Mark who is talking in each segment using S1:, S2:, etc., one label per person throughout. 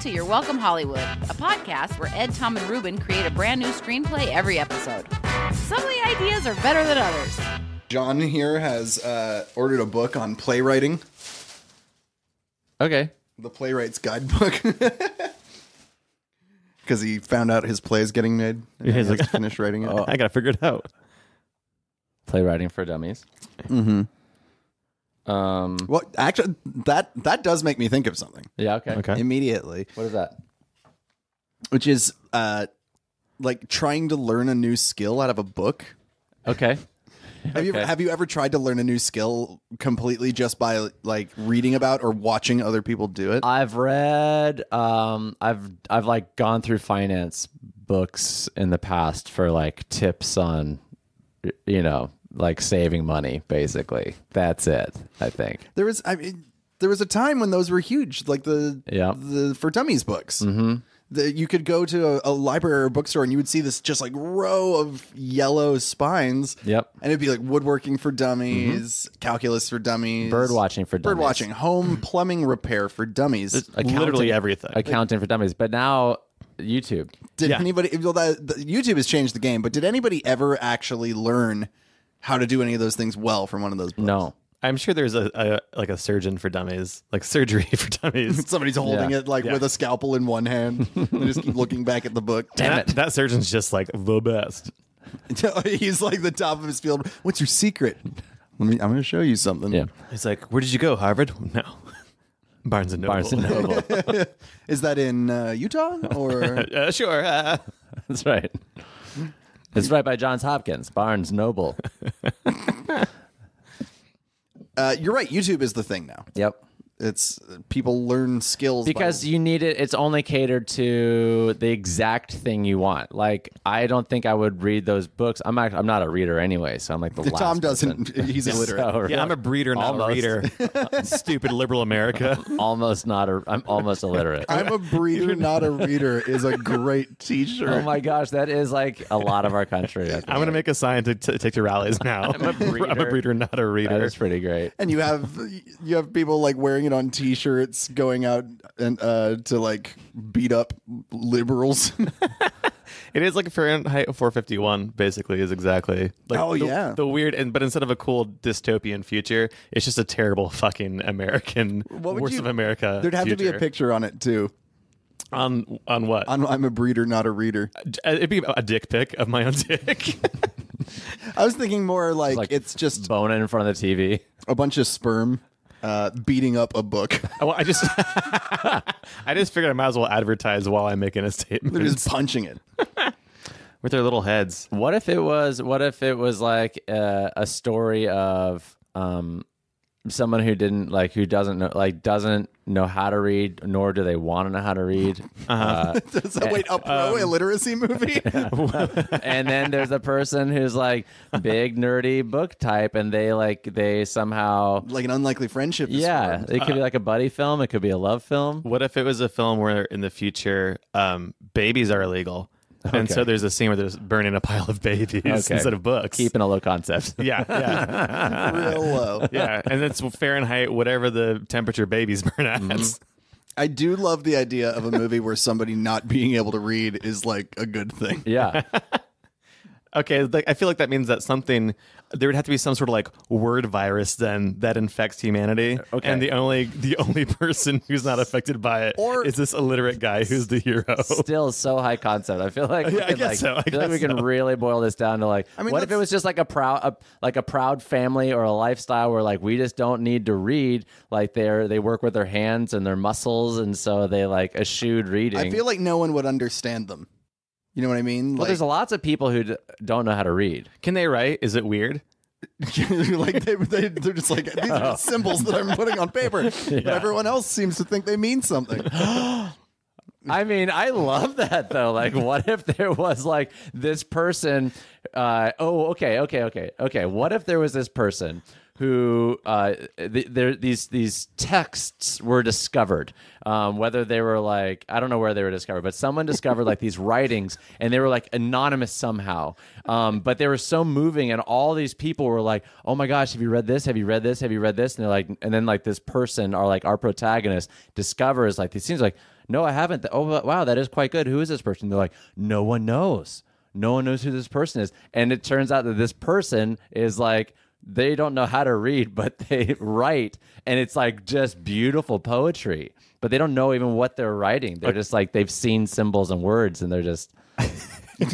S1: to Your Welcome Hollywood, a podcast where Ed, Tom, and Ruben create a brand new screenplay every episode. Some of the ideas are better than others.
S2: John here has uh, ordered a book on playwriting,
S3: Okay.
S2: the playwright's guidebook, because he found out his play is getting made. And
S4: He's
S2: he has
S4: like, "Oh."
S2: to finish writing it.
S4: I gotta figure it out.
S3: Playwriting for dummies. Mm-hmm. Um.
S2: Well, actually, that that does make me think of something
S3: Yeah. Okay.
S4: Okay.
S2: immediately,
S3: What is that?
S2: which is uh, like trying to learn a new skill out of a book.
S3: Okay.
S2: Have you
S3: Okay.
S2: have you ever tried to learn a new skill completely just by like reading about or watching other people do it?
S3: I've read um I've I've like gone through finance books in the past for like tips on y- you know like saving money basically. That's it, I think.
S2: There was I mean there was a time when those were huge, like the
S3: Yeah.
S2: the for dummies books. Mm-hmm. That you could go to a, a library or bookstore and you would see this just like row of yellow spines.
S3: Yep. Mm-hmm.
S2: and it'd be like woodworking for dummies, calculus for dummies,
S3: Bird watching for dummies. uh,
S2: bird watching, home plumbing repair for dummies.
S4: Literally everything.
S3: Accounting for dummies. But now YouTube.
S2: Did
S4: Yeah.
S2: anybody? Well, that, the, YouTube has changed the game, but did anybody ever actually learn how to do any of those things well from one of those books?
S3: No.
S4: I'm sure there's a, a like a surgeon for dummies, like surgery for dummies.
S2: Somebody's holding
S3: Yeah.
S2: it like
S4: Yeah.
S2: with a scalpel in one hand. and just keep looking back at the book.
S4: that, that surgeon's just like the best.
S2: He's like the top of his field. What's your secret? Let me. I'm going to show you something.
S3: Yeah.
S4: He's like, where did you go, Harvard? No, Barnes and Noble.
S3: Barnes and Noble.
S2: Is that in uh, Utah or?
S4: uh, sure. Uh,
S3: That's right. It's right by Johns Hopkins, Barnes Noble.
S2: uh, you're right. YouTube is the thing now.
S3: Yep.
S2: It's uh, people learn skills by-
S3: because you need it it's only catered to the exact thing you want like i don't think i would read those books i'm not i'm not a reader anyway so i'm like the last
S2: Tom
S3: person.
S2: doesn't. He's illiterate.
S3: So,
S4: yeah, I'm a breeder, not
S3: Almost.
S4: a reader. Stupid liberal America.
S3: almost not a i'm almost illiterate
S2: I'm a breeder, not a reader. Is a great T-shirt.
S3: oh my gosh that is like a lot of our country I
S4: I'm gonna make a sign to t- take to rallies now. I'm
S3: a
S4: I'm
S3: breeder.
S4: a breeder, not a reader.
S3: that is pretty great
S2: and you have you have people like wearing it on T-shirts, going out and uh, to like beat up liberals.
S4: It is like Fahrenheit 451, basically, is exactly. Like
S2: Oh,
S4: the,
S2: yeah.
S4: the weird, and but instead of a cool dystopian future, it's just a terrible fucking American
S2: would
S4: worst
S2: you-
S4: of America.
S2: There'd have to be a
S4: future.
S2: picture on it too.
S4: on on what? uh,
S2: On I'm a breeder, not a reader.
S4: It'd be a dick pic of my own dick.
S2: I was thinking more like,
S3: Like-
S2: it's just
S3: bone in front of the tv
S2: a bunch of sperm uh, beating up a book.
S4: I, I just I just figured I might as well advertise while I'm making a statement
S2: They're just punching it.
S4: with their little heads.
S3: What if it was? What if it was like uh, a story of um, someone who didn't like who doesn't know like doesn't know how to read, nor do they want to know how to read. uh
S2: Is that, wait, a pro illiteracy movie?
S3: and then there's a person who's like big nerdy book type, and they like they somehow
S2: like an unlikely friendship. is
S3: yeah.
S2: formed.
S3: It could be like a buddy film. It could be a love film.
S4: What if it was a film where in the future um, babies are illegal, and so there's a scene where there's burning a pile of babies
S3: Okay.
S4: instead of books.
S3: Keeping a low concept.
S4: yeah, yeah.
S2: real low.
S4: yeah, and it's Fahrenheit, whatever the temperature babies burn at.
S2: I do love the idea of a movie where somebody not being able to read is like a good thing.
S3: Yeah.
S4: Okay, like, I feel like that means that something there would have to be some sort of like word virus then that infects humanity.
S3: Okay.
S4: and the only the only person who's not affected by it
S2: Or-
S4: is this illiterate guy who's the hero.
S3: still so high concept. I feel like we
S4: Yeah, I
S3: can,
S4: guess
S3: like,
S4: so. I
S3: feel like we
S4: guess
S3: can really boil this down to like,
S2: mean,
S3: what if it
S2: that's-
S3: was just like a proud, a, like a proud family or a lifestyle where like we just don't need to read. Like they're they work with their hands and their muscles, and so they like eschewed reading.
S2: I feel like no one would understand them. You know what I mean?
S3: well,
S2: Like,
S3: there's lots of people who d- don't know how to read.
S4: Can they write? Is it weird?
S2: like they, they, they're just like these are just symbols that I'm putting on paper, but everyone else seems to think they mean something.
S3: I mean, I love that though. Like, what if there was like this person? Uh, oh, okay, okay, okay, okay. What if there was this person who uh, th- there these these texts were discovered? Um, whether they were like I don't know where they were discovered, but someone discovered like these writings, and they were like anonymous somehow. Um, but they were so moving, and all these people were like, "Oh my gosh, have you read this? Have you read this? Have you read this?" And they're like, and then like this person, or like our protagonist, discovers like these seems like no, I haven't. Th- Oh, wow, that is quite good. Who is this person? They're like, no one knows. No one knows who this person is. And it turns out that this person is like, they don't know how to read, but they write. And it's like just beautiful poetry, but they don't know even what they're writing. They're just like, they've seen symbols and words, and they're just,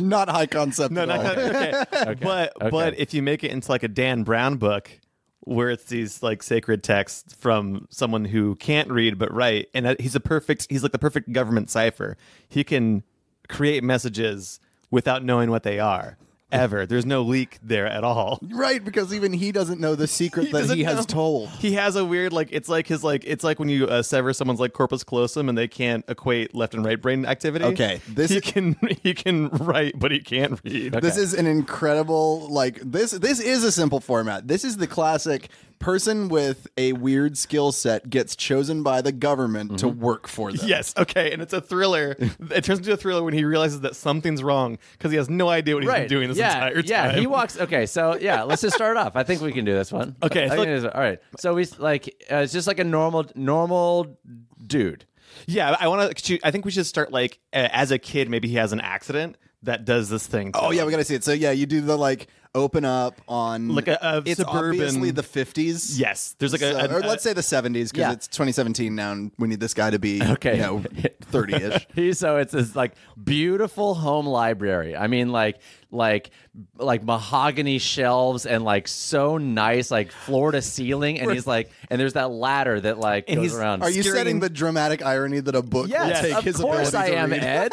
S2: not high concept.
S4: No,
S2: at
S4: not
S2: all.
S4: okay. But
S3: Okay.
S4: but if you make it into like a Dan Brown book where it's these like sacred texts from someone who can't read but write, and that- he's a perfect he's like the perfect government cipher. He can create messages without knowing what they are. Ever. There's no leak there at all.
S2: Right, because even he doesn't know the secret that
S4: doesn't
S2: he has
S4: know.
S2: told.
S4: He has a weird like it's like his like it's like when you uh, sever someone's like corpus callosum and they can't equate left and right brain activity.
S2: Okay, this
S4: he
S2: is-
S4: can he can write but he can't read.
S2: This is an incredible like this this is a simple format. This is the classic person with a weird skill set gets chosen by the government to work for them.
S4: Mm-hmm. Yes. Okay. And it's a thriller. it turns into a thriller when he realizes that something's wrong because he has no idea what he's been doing this
S3: yeah,
S4: entire time.
S3: Yeah, he walks. Okay, so yeah, let's just start off. I think we can do this one.
S4: Okay,
S3: I
S4: so-
S3: think it is- all right. So we s- like uh, it's just like a normal normal dude.
S4: Yeah. I want to. I think we should start like uh, as a kid. Maybe he has an accident that does this thing. to
S2: Oh yeah,
S4: him.
S2: we gotta see it. So yeah, you do the like open up on
S4: Like a- a
S2: it's
S4: suburban-
S2: obviously the fifties.
S4: Yes. There's like a.
S2: So-
S4: a-
S2: or let's say the seventies because
S3: yeah.
S2: it's 2017 now, and we need this guy to be
S3: Okay.
S2: you know thirty ish.
S3: He so it's this like beautiful home library. I mean like like like mahogany shelves and like so nice like floor to ceiling and he's like and there's that ladder that like
S4: And
S3: goes
S4: he's-
S3: around.
S2: Are you
S4: Steering-
S2: setting the dramatic irony that a book
S3: Yes,
S2: will take
S3: of
S2: his
S3: course
S2: ability
S3: I
S2: to
S3: am,
S2: read?
S3: Ed.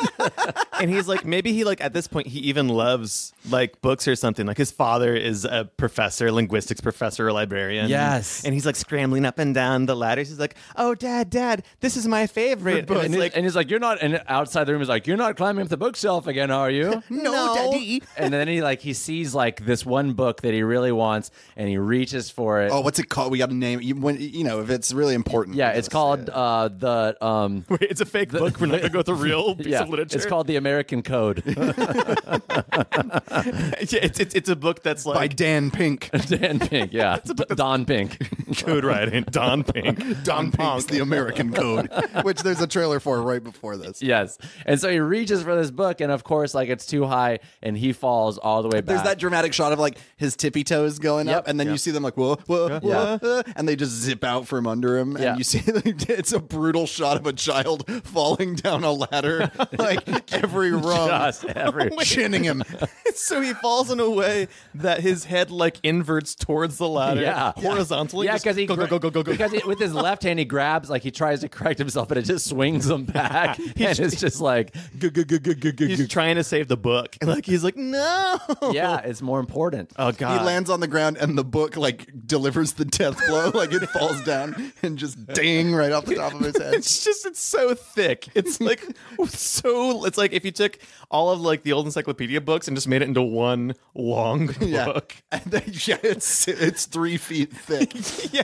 S4: and he's like maybe he like at this point he even loves like books or something like his father is a professor linguistics professor or librarian
S3: Yes.
S4: and he's like scrambling up and down the ladders he's like oh dad dad this is my favorite
S3: and, he's, and he's like, "You're not." And outside the room is like, "You're not climbing up the bookshelf again, are you?"
S2: No, daddy.
S3: and then he like he sees like this one book that he really wants, and he reaches for it.
S2: Oh, what's it called? We got to name it. You, when, you know, if it's really important.
S3: yeah, it's called uh, the um,
S4: Wait, it's a fake book. We're not gonna go with the real piece
S3: yeah,
S4: of literature.
S3: it's called the American Code.
S4: Yeah, it's, it's it's a book that's like
S2: by Dan Pink.
S3: Dan Pink, yeah, Don Pink.
S4: code writing. Don Pink,
S2: Don Pink's
S4: Pink.
S2: The American Code, which there's a trailer for right before this.
S3: Yes, and so he reaches for this book, and of course, like it's too high, and he falls all the way
S2: There's
S3: back.
S2: that dramatic shot of like his tippy toes going
S3: Yep.
S2: up, and then you see them like whoa, whoa,
S3: Yeah.
S2: whoa, uh, and they just zip out from under him,
S3: Yeah.
S2: and you see it's a brutal shot of a child falling down a ladder, like every rung,
S3: Just every-
S2: chinning him.
S4: so he falls in a way that his head like inverts towards the ladder,
S3: Yeah.
S4: horizontally.
S3: Yeah,
S4: just
S3: because he
S4: go, go
S3: gra-
S4: go go go go.
S3: Because he- with his left hand, he grabs like he tries to correct himself, but it just swings him back, and it's just like, "Gu- gu- gu- gu- gu- gu- gu."
S4: He's trying to save the book, and like he's like, no.
S3: yeah, it's more important.
S4: Oh god.
S2: He lands on the ground, and the book like delivers the death blow, like it falls down and just ding right off the top of his head.
S4: It's just it's so thick. It's like so. It's like if you took all of like the old encyclopedia books and just made it into one long book.
S2: And then, yeah, it's it's three feet thick.
S4: Yeah.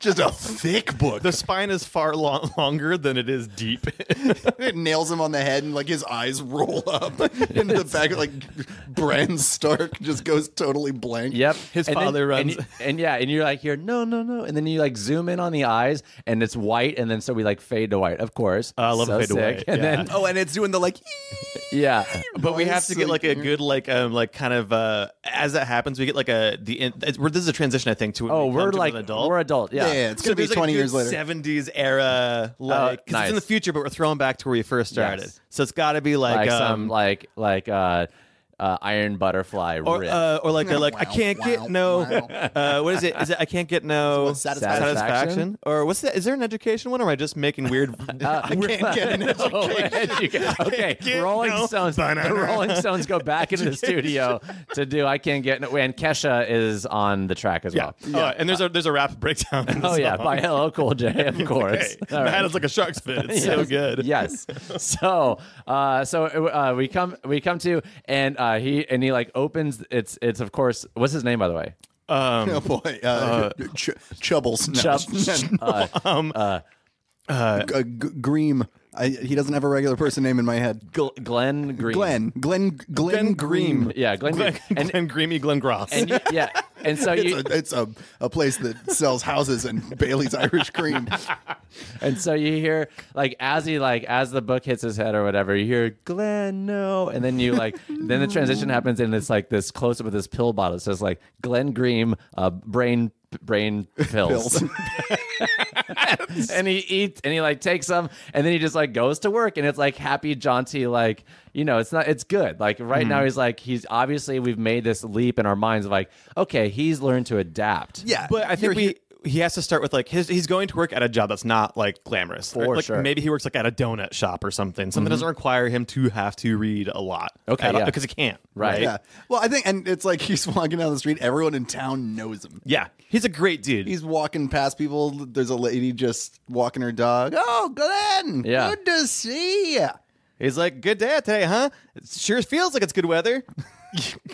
S2: Just a thick book.
S4: The spine is far long, longer than it is deep.
S2: it nails him on the head, and like his eyes roll up into the back. Like Bran Stark just goes totally blank.
S3: Yep.
S4: His
S3: And
S4: father
S3: then-
S4: runs-
S3: And, you- and yeah, and you're like here, no, no, no. And then you like zoom in on the eyes and it's white. And then so we like fade to white, of course.
S4: Oh, I love a
S3: so
S4: fade to
S3: sick.
S4: white,
S3: And
S4: yeah.
S3: then,
S2: Oh, and it's doing the like.
S3: yeah.
S4: but we have to get like a
S2: Honestly.
S4: good like um like kind of uh as that happens we get like a the in, it's- we're, this is a transition I think to when
S3: Oh,
S4: we
S3: we're
S4: come to
S3: like,
S4: an adult
S3: we're adult. Yeah.
S2: Yeah, yeah, it's gonna be
S4: there's, like, a
S2: twenty
S4: good
S2: years later.
S4: 70s era like 'cause it's in the
S3: Uh, nice.
S4: future but we're throwing back to where we first started
S3: Yes.
S4: so it's got to be like,
S3: Like
S4: um
S3: some, like, like, uh, uh, iron butterfly
S4: or
S3: riff.
S4: uh, or like a, like I
S2: Wow,
S4: can't get no
S2: wow,
S4: uh, what is it is it I can't get no
S2: It's what, satisfaction?
S4: satisfaction or what's that is there an education one or am I just making weird
S2: I can't get an
S3: Oh,
S2: education.
S3: education. okay, Rolling
S4: no
S3: Stones. The Rolling Stones go back into the studio to do "I Can't Get No." And Kesha is on the track as
S4: yeah,
S3: well.
S4: Uh, and there's a there's a rap breakdown in the
S3: Oh yeah,
S4: song.
S3: by Hello Cool J, of course.
S4: Okay.
S3: All
S4: That
S3: right.
S4: is like a shark's fin. It's so good.
S3: Yes. So, uh, so uh, we come we come to and uh, he and he like opens. It's it's of course. What's his name by the way?
S4: Um,
S2: Oh boy, uh, Ch- Chubbles, no.
S4: Um,
S3: Chubb. uh,
S2: Uh, G- G- Greem. I, he doesn't have a regular person name in my head.
S3: Gl- Glenn Green.
S2: Glenn, Glenn, Glenn, Green.
S3: Yeah, Glenn. Green.
S4: Glenn,
S3: And,
S4: Glenn Greamy, Glenn Gross.
S3: and you, yeah, and so you
S2: It's, a, it's a, a place that sells houses and Bailey's Irish cream.
S3: and so you hear like as he like as the book hits his head or whatever, you hear Glenn no, and then you like then the transition happens and it's like this close up of this pill bottle. It says like Glenn Green, uh, brain brain pills.
S2: Bills.
S3: and he eats and he like takes them and then he just like goes to work and it's like happy jaunty like you know it's not it's good like right
S2: Mm-hmm.
S3: now he's like he's obviously we've made this leap in our minds of like okay he's learned to adapt
S2: Yeah,
S4: But I think we he has to start with like his he's going to work at a job that's not like glamorous.
S3: For
S4: or, like,
S3: sure.
S4: Maybe he works like at a donut shop or something.
S2: Mm-hmm.
S4: Something that doesn't require him to have to read a lot.
S3: Okay,
S4: At all,
S3: yeah.
S4: because he can't.
S3: Right.
S2: Yeah. Well, I think, and it's like he's walking down the street. Everyone in town knows him.
S4: Yeah. He's a great dude.
S2: He's walking past people. There's a lady just walking her dog. Oh, Glenn.
S3: Yeah.
S2: Good to see you.
S4: He's like, "Good day today, huh? It sure feels like it's good weather."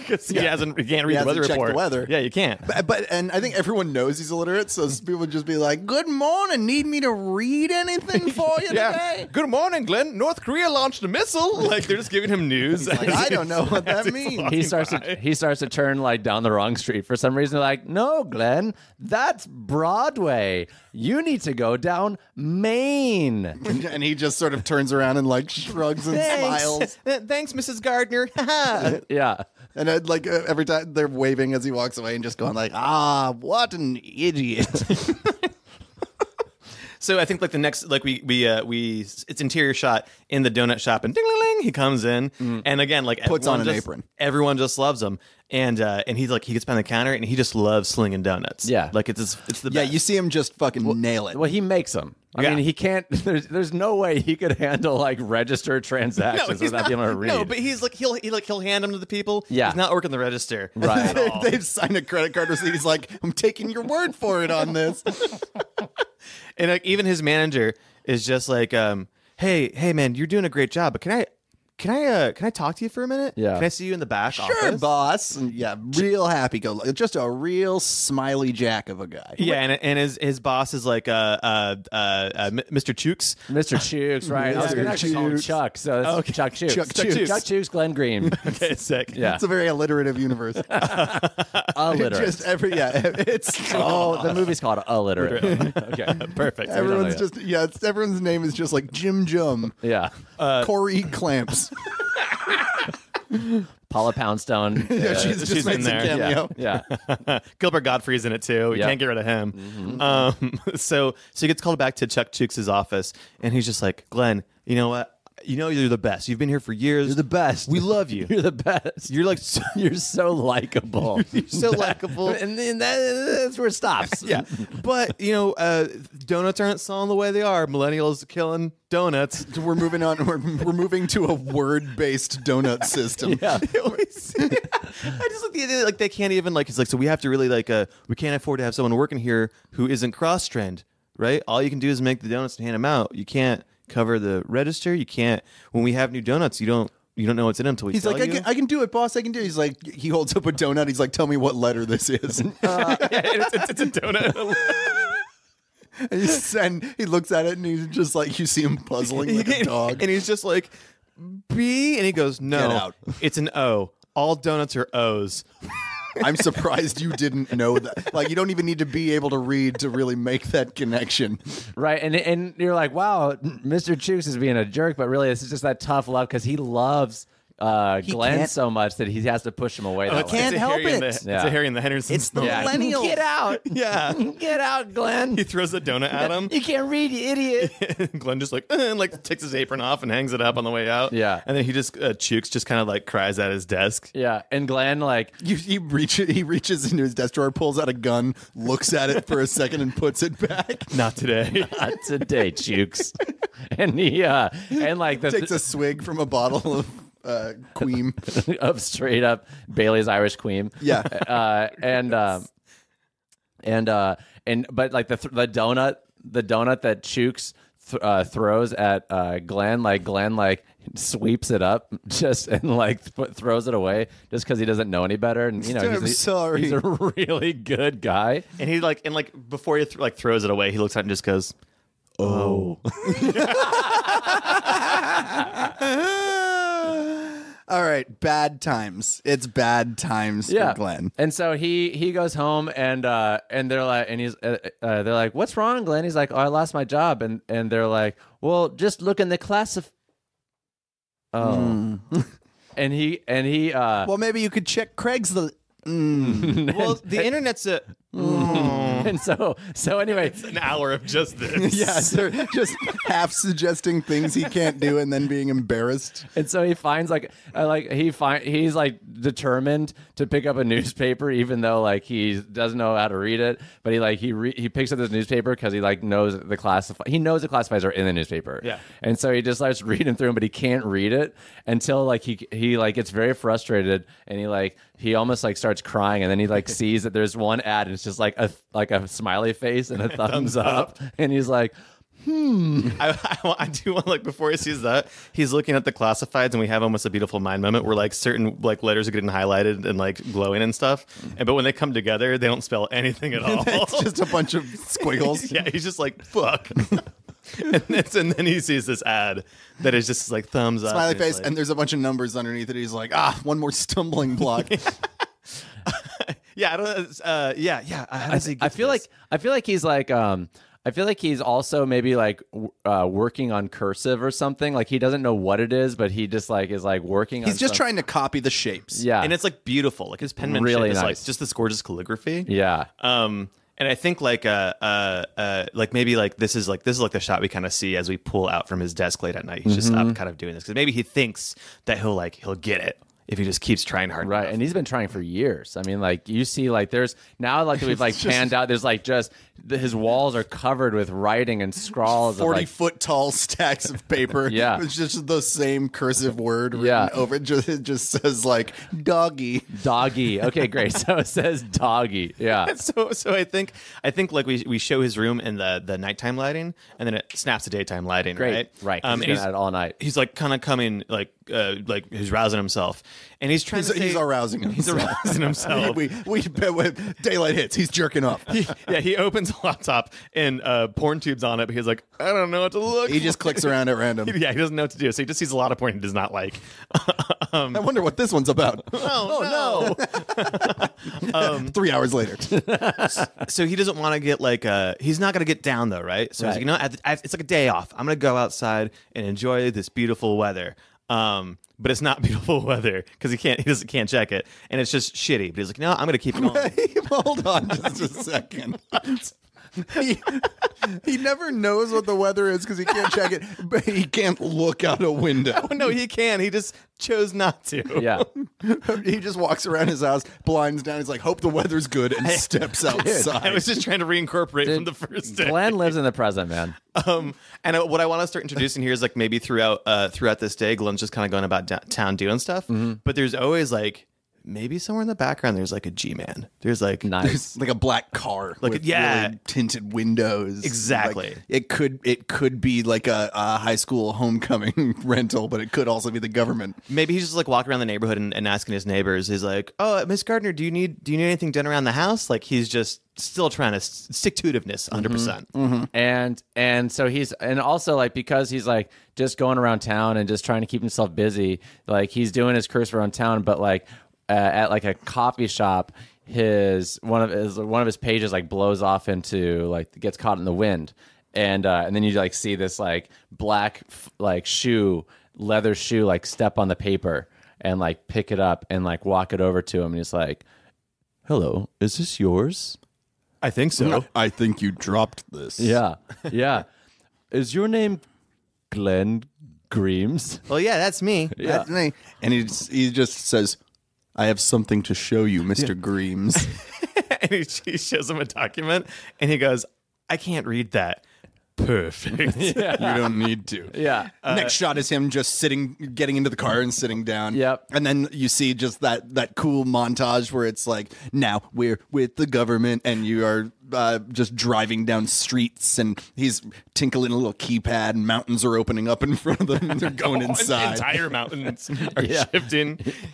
S4: 'Cause he hasn't, he can't read the
S2: hasn't
S4: weather
S2: checked the
S4: report.
S2: weather.
S4: Yeah, you can't.
S2: But, but and I think everyone knows he's illiterate, so people would just be like, "Good morning. Need me to read anything for you today?"
S4: Good morning, Glenn. North Korea launched a missile. Like they're just giving him news.
S2: Like, I don't know what that means.
S3: he starts to he starts to turn like down the wrong street for some reason like no Glenn that's Broadway you need to go down Maine
S2: And he just sort of turns around and like shrugs and smiles.
S4: Thanks, Mrs. Gardner. Haha.
S3: yeah
S2: And I'd, like uh, every time they're waving as he walks away and just going like, "Ah, what an idiot."
S4: so I think like the next like we we uh, we it's interior shot in the donut shop and ding ding ding he comes in and again like
S2: Mm-hmm. Puts on
S4: everyone
S2: an
S4: just-
S2: apron.
S4: Everyone just loves him and uh, and he's like he gets behind the counter and he just loves slinging donuts.
S3: Yeah.
S4: like it's his- it's the
S2: yeah,
S4: best.
S2: you see him just fucking nail it.
S3: well he makes them I
S4: Yeah.
S3: mean he can't there's there's no way he could handle like register transactions
S4: he's
S3: without being able to read
S4: No, but he's like he'll he like he'll hand them to the people.
S3: Yeah.
S4: he's not working the register.
S3: Right.
S4: At all.
S2: They, have signed a credit card receipt. He's like, I'm taking your word for it on this.
S4: and like even his manager is just like, um, hey, hey, man, you're doing a great job, but can I, can I, uh, can I talk to you for a minute?
S3: Yeah.
S4: Can I see you in the back?
S2: Sure,
S4: office?"
S2: boss. And yeah, real happy go lucky. Just a real smiley jack of a guy.
S4: Yeah, and, and his his boss is like uh uh uh, uh M- Mr. Chooks.
S3: Mr. Chooks, right? I was
S2: Mr.
S3: gonna actually call him
S2: Chooks.
S3: Chuck. So that's Chuck Chooks.
S2: Chuck
S3: Chuck
S2: Chooks.
S3: Chuck Chooks, Glenn Green.
S4: Okay, sick.
S3: Yeah.
S2: It's a very alliterative universe.
S3: Illiterate.
S2: just every yeah, it's
S3: oh, the movie's called Illiterate. okay.
S4: perfect.
S2: everyone's just yeah, it's, everyone's name is just like Jim Jum,
S3: Yeah.
S2: Uh,
S4: Uh,
S2: Corey Clamps.
S3: Paula Poundstone.
S2: yeah,
S3: uh,
S2: she's just
S4: she's
S2: made
S4: in
S2: some
S4: there.
S2: cameo.
S3: yeah. Yeah.
S4: Gilbert Godfrey's in it too. We
S3: Yeah. Mm-hmm.
S4: can't get rid of him. Um, so so he gets called back to Chuck Chooks' office, and he's just like, Glenn, you know what? You know you're the best. You've been here for years.
S3: You're the best.
S4: We love you.
S3: You're the best.
S4: You're like so,
S3: You're so likable. You're
S4: so likable.
S3: And then that, that's where it stops.
S4: yeah. But you know, uh, donuts aren't selling the way they are. Millennials are killing donuts.
S2: We're moving on. We're, we're moving to a word-based donut system.
S3: Yeah.
S4: They always- I just like the idea like they can't even like it's like so we have to really like uh we can't afford to have someone working here who isn't cross trend, right? All you can do is make the donuts and hand them out. You can't cover the register. You can't when we have new donuts. You don't you don't know what's in them until we
S2: He's
S4: tell
S2: like, I
S4: you.
S2: can, I can do it, boss. I can do it. He's like, he holds up a donut. He's like, tell me what letter this is.
S4: it's, it's, it's a donut.
S2: And, he's, and he looks at it and he's just like, you see him puzzling like a dog.
S4: And he's just like B, and he goes,
S2: Get
S4: no,
S2: out.
S4: it's an O. All donuts are O's.
S2: I'm surprised you didn't know that. Like, you don't even need to be able to read to really make that connection.
S3: Right. And and you're like, wow, Mr. Chooks is being a jerk, but really this is just that tough love because he loves uh, Glenn
S2: can't-
S3: so much that he has to push him away. that
S4: It's-
S3: way.
S2: can't
S4: it's a
S2: help
S4: Harry and the-
S2: it.
S4: It's
S3: Yeah.
S4: a Harry and the Henderson.
S2: It's the
S4: moment.
S2: millennial.
S3: Get out.
S4: Yeah.
S3: Get out, Glenn.
S4: He throws a donut at him.
S3: You can't read, you idiot.
S4: and Glenn just like and like takes his apron off and hangs it up on the way out.
S3: Yeah.
S4: and then he just uh, Chooks just kind of like cries at his desk.
S3: yeah. And Glenn, like,
S2: You, he, reach, he reaches into his desk drawer, pulls out a gun, looks at it for a second, and puts it back.
S4: Not today.
S3: not today, Chooks. and he, uh, and like the,
S2: Takes a swig from a bottle of uh, Queem.
S3: of straight up Bailey's Irish Queen.
S2: Yeah.
S3: Uh, and um, and uh, and but like the th- the donut, the donut that Chooks th- uh, throws at uh, Glenn, like Glenn like sweeps it up just and like th- throws it away just because he doesn't know any better. And you know,
S2: I'm
S3: he's, a-
S2: sorry.
S3: he's a really good guy.
S4: and he like and like before he th- like throws it away, he looks at it and just goes,
S2: Oh. All right, bad times. It's bad times
S3: yeah.
S2: for Glenn.
S3: And so he he goes home and uh and they're like and he's uh, uh, they're like what's wrong Glenn? He's like oh I lost my job and and they're like well just look in the class of Oh. and he and he uh
S2: Hmm. Well, maybe you could check Craigslist.
S4: well, the internet's a
S3: and so so anyway
S4: an hour of just this.
S2: Yeah, sir, just half suggesting things he can't do and then being embarrassed.
S3: and so he finds like uh, like he find he's like determined to pick up a newspaper even though like he doesn't know how to read it but he like he re- he picks up this newspaper because he like knows the classify he knows the classifieds are in the newspaper
S4: Yeah.
S3: and so he just starts reading through them but he can't read it until like he he like gets very frustrated and he like he almost like starts crying and then he like sees that there's one ad and it's just like a like a smiley face and a thumbs up and he's like
S4: I, I, want- I do want like before he sees that he's looking at the classifieds and we have almost a beautiful mind moment where like certain like letters are getting highlighted and like glowing and stuff and but when they come together they don't spell anything at all
S2: It's just a bunch of squiggles.
S4: yeah he's just like fuck and, it's, and then he sees this ad that is just like thumbs up
S2: Smiley
S4: and he's
S2: face,
S4: like-
S2: and there's a bunch of numbers underneath it. He's like, ah, one more stumbling block.
S4: yeah I don't uh, yeah yeah how
S3: I,
S4: does he
S3: I
S4: get
S3: feel
S4: this?
S3: like I feel like he's like um I feel like he's also maybe like w- uh, working on cursive or something. Like he doesn't know what it is, but he just like is like working.
S2: He's
S3: on
S2: just
S3: some-
S2: trying to copy the shapes.
S3: Yeah,
S4: and it's like beautiful like his penmanship
S3: Really
S4: is
S3: nice.
S4: like just this gorgeous calligraphy
S3: yeah.
S4: Um, and I think like uh, uh, uh, like maybe like this is like this is like the shot we kind of see as we pull out from his desk late at night. He's just
S3: Mm-hmm.
S4: up, kind of doing this because maybe he thinks that he'll like he'll get it if he just keeps trying hard.
S3: Right,
S4: enough.
S3: and he's been trying for years. I mean, like you see, like there's now like we've like panned out. There's like just the, his walls are covered with writing and scrawls. of,
S2: 40
S3: like,
S2: foot tall stacks of paper.
S3: Yeah.
S2: It's just the same cursive word written
S3: Yeah.
S2: over it. Just, it just says, like, doggy.
S3: doggy. Okay, great. So it says doggy. Yeah,
S4: so so I think I think like we we show his room in the the nighttime lighting, and then it snaps to daytime lighting.
S3: great. Right,
S4: Right.
S3: Um,
S4: Um,
S3: he's
S4: and
S3: been
S4: he's,
S3: at it all night.
S4: he's like kind of coming like uh like he's rousing himself, and he's trying
S2: He's,
S4: to. say-
S2: he's arousing him.
S4: He's arousing himself.
S2: we, we, when daylight hits, he's jerking off.
S4: He- yeah, he opens a laptop and uh, porn tubes on it, but he's like, I don't know what to look.
S2: He just clicks around at random.
S4: yeah, he doesn't know what to do, so he just sees a lot of porn he does not like.
S2: I wonder what this one's about.
S4: Oh no!
S2: Three hours later.
S4: so he doesn't want to get like uh, he's not gonna get down though, right? So
S3: Right.
S4: he's like, you know, at the, at, it's like a day off. I'm gonna go outside and enjoy this beautiful weather. Um, but it's not beautiful weather because he can't he doesn't can't check it, and it's just shitty. But he's like, no, I'm gonna keep
S2: um,
S4: going.
S2: Hold on just a second. He, he never knows what the weather is because he can't check it, but he can't look out a window.
S4: no, he can. He just chose not to.
S3: Yeah,
S2: He just walks around his house, blinds down. He's like, hope the weather's good, and steps
S4: I
S2: outside.
S4: was just trying to reincorporate from
S3: Dude,
S4: the first day.
S3: Glenn lives in the present, man.
S4: Um, and uh, what I want to start introducing here is like maybe throughout uh, throughout this day, Glenn's just kind of going about downtown doing stuff. But there's always like maybe somewhere in the background there's like a G man. There's like
S3: Nice.
S2: like a black car, like with
S4: yeah.
S2: really tinted windows.
S4: Exactly.
S2: Like, it could it could be like a, a high school homecoming rental, but it could also be the government.
S4: maybe he's just like walking around the neighborhood and, and asking his neighbors. He's like, "Oh, Miss Gardner, do you need do you need anything done around the house?" Like he's just still trying to s- stick to itiveness, 100 percent.
S3: and and so he's and also like because he's like just going around town and just trying to keep himself busy like he's doing his curse around town but like uh, at like a coffee shop his one of his one of his pages like blows off into like gets caught in the wind and uh, and then you like see this like black f- like shoe leather shoe like step on the paper and like pick it up and like walk it over to him and he's like hello is this yours
S4: I think so.
S2: I think you dropped this.
S3: yeah, yeah. Is your name Glenn Greaves?
S4: well, yeah, that's me.
S2: That's me. And he just, he just says, I have something to show you, Mr. Greaves.
S4: and he, she shows him a document, and he goes, "I can't read that." Perfect.
S2: you don't need to.
S3: Yeah.
S2: Next shot is him just sitting, getting into the car and sitting down.
S3: Yep.
S2: And then you see just that that cool montage where it's like, now we're with the government, and you are uh, just driving down streets, and he's tinkling a little keypad, and mountains are opening up in front of them, and they're going
S4: Oh, and
S2: inside.
S4: Entire mountains are
S3: Yeah.
S4: shifting.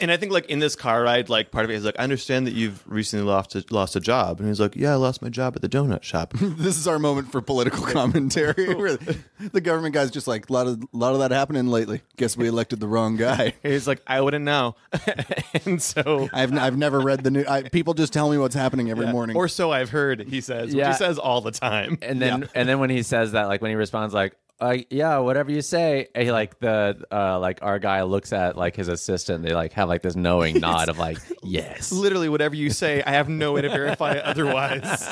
S4: And I think like in this car ride, like part of it is like, I understand that you've recently lost a, lost a job, and he's like, Yeah, I lost my job at the donut shop.
S2: This is our moment for political commentary. where the government guy's just like, lot of lot of that happening lately. Guess we elected the wrong guy.
S4: he's like, I wouldn't know, and so
S2: I've I've never read the new. I, people just tell me what's happening every morning.
S4: or so I've heard. He says,
S3: Yeah.
S4: which he says all the time.
S3: and then and then when he says that, like when he responds, like, uh, yeah, whatever you say, and he, like the uh, like our guy looks at like his assistant, they like have like this knowing nod of like, yes,
S4: Literally, whatever you say, I have no way to verify it otherwise.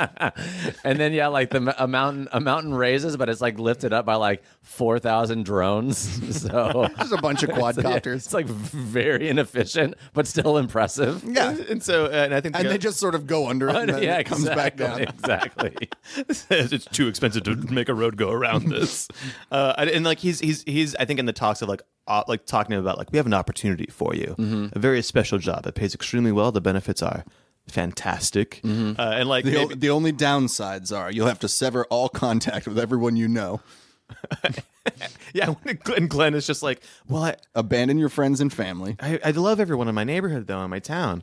S3: and then yeah, like the m- a mountain a mountain raises, but it's like lifted up by like four thousand drones, so
S2: just a bunch of quadcopters.
S3: it's like very inefficient, but still impressive.
S2: Yeah.
S4: and so, uh, and I think the
S2: And they
S4: other-
S2: just sort of go under it and then
S3: yeah,
S2: it comes back down.
S3: exactly. Exactly.
S4: says it's too expensive to make a road go around this. Uh, and, and, like he's he's he's I think in the talks of like uh, like talking about like we have an opportunity for you, a very special job that pays extremely well. The benefits are fantastic, uh, and like
S2: The, o-
S4: maybe-
S2: the only downsides are you'll have to sever all contact with everyone you know,
S4: yeah, when Glenn, Glenn is just like, well, I,
S2: abandon your friends and family.
S4: I I love everyone in my neighborhood though in my town.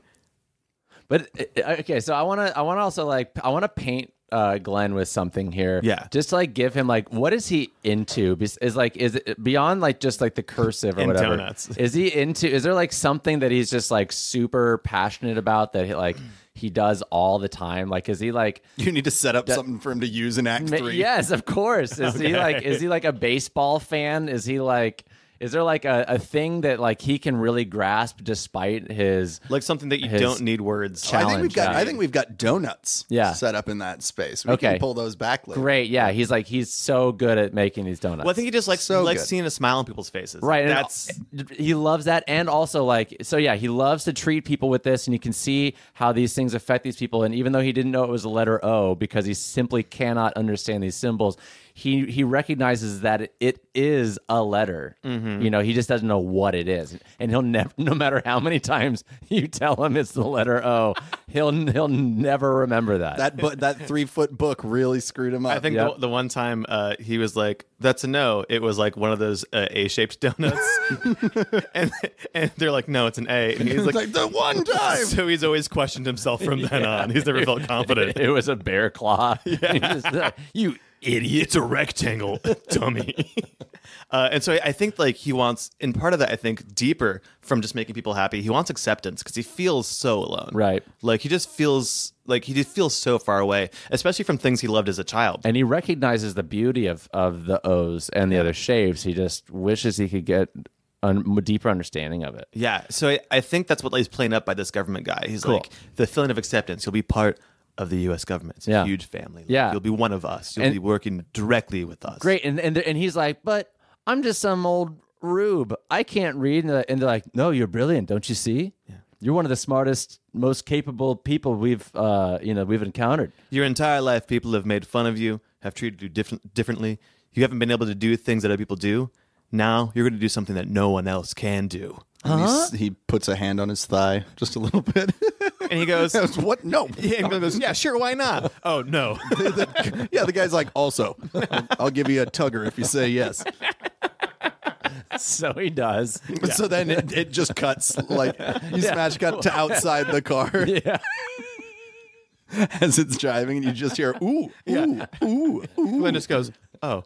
S3: But uh, okay, so I want to. I want to also like. I want to paint uh, Glenn with something here.
S4: Yeah.
S3: Just like give him like, what is he into? Bes- Is like, is it beyond like just like the cursive or
S4: And
S3: whatever?
S4: donuts.
S3: Is he into? Is there like something that he's just like super passionate about that he like he does all the time? Like, is he like?
S2: You need to set up something for him to use in Act
S3: Ma-
S2: Three.
S3: Yes, of course. Is he like is he like a baseball fan? Is he like is there like a, a thing that like he can really grasp despite his
S4: Like something that you
S3: His
S4: don't need words.
S2: I think we've got.
S3: challenge,
S2: I think we've got donuts.
S3: Yeah.
S2: set up in that space. We
S3: Okay.
S2: can pull those back later.
S3: great yeah, he's like he's so good at making these donuts.
S4: Well, I think he just likes
S2: So
S4: he likes
S2: good.
S4: seeing a smile on people's faces.
S3: right and
S4: That's
S3: he loves that and also like so yeah, he loves to treat people with this and you can see how these things affect these people and even though he didn't know it was the letter O because he simply cannot understand these symbols, he he recognizes that it is a letter.
S4: Mm-hmm.
S3: You know, he just doesn't know what it is. And he'll never no matter how many times you tell him it's the letter O, he'll he'll never remember that.
S2: That but that three foot book really screwed him up.
S4: I think
S3: Yep.
S4: the, the one time uh, he was like, "That's a no." It was like one of those uh, A-shaped donuts, and and they're like, "No, it's an A." And he's
S2: it's
S4: like,
S2: like, the one time.
S4: "So he's always questioned himself from then on. He's never felt confident."
S3: it was a bear claw. Just like, you
S4: Idiot, it's a rectangle, dummy. uh, and so I, I think like he wants, and part of that I think deeper from just making people happy, he wants acceptance because he feels so alone.
S3: Right.
S4: Like he just feels like he just feels so far away, especially from things he loved as a child.
S3: and he recognizes the beauty of of the O's and the other shapes. He just wishes he could get a deeper understanding of it.
S4: Yeah, so I, I think that's what is playing up by this government guy. He's like the feeling of acceptance. You'll be part of the U.S. government. It's a
S3: Yeah.
S4: huge family. Like,
S3: Yeah.
S4: you'll be one of us. You'll
S3: And-
S4: be working directly with us.
S3: Great, and and and he's like, but I'm just some old rube. I can't read, and they're, and they're like, no, you're brilliant, don't you see? Yeah. You're one of the smartest, most capable people we've uh, you know we've encountered.
S4: Your entire life, people have made fun of you, have treated you different differently. You haven't been able to do things that other people do. Now you're going to do something that no one else can do.
S2: And he's- He puts a hand on his thigh just a little bit.
S4: And he goes,
S2: That's what? No.
S4: yeah, and Glenn goes, yeah, sure, why not? oh no,
S2: yeah, the guy's like, also, I'll give you a tugger if you say yes.
S3: So he does.
S2: So then it, it just cuts like you smash cut to outside the car
S3: Yeah.
S2: as it's driving, and you just hear ooh, ooh, ooh, ooh.
S4: Glenn just goes, oh,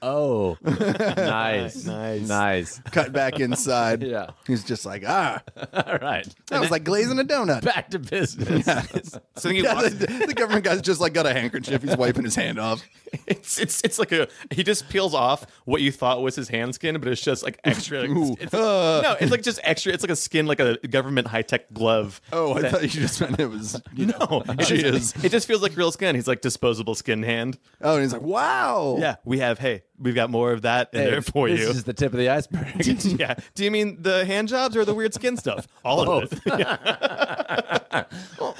S3: Oh, nice,
S4: Nice.
S3: nice.
S2: Cut back inside.
S3: Yeah.
S2: he's just like ah.
S3: All right,
S2: That was like glazing a donut.
S3: back to business.
S4: so then he
S2: Yeah,
S4: walks-
S2: the, the government guy's just like got a handkerchief. He's wiping his hand off.
S4: It's it's it's like a he just peels off what you thought was his hand skin, but it's just like extra.
S2: Ooh,
S4: it's,
S2: uh.
S4: no, it's like just extra. It's like a skin, like a government high tech glove.
S2: Oh, I thought you just meant it was. You know.
S4: no, it just-
S2: Jeez.
S4: It just feels like real skin. He's like disposable skin hand.
S2: Oh, and he's like, wow.
S4: Yeah, we have. Hey, we've got more of that in there for
S3: this
S4: you.
S3: is the tip of the iceberg.
S4: yeah. Do you mean the hand jobs or the weird skin stuff? All of it. Yeah.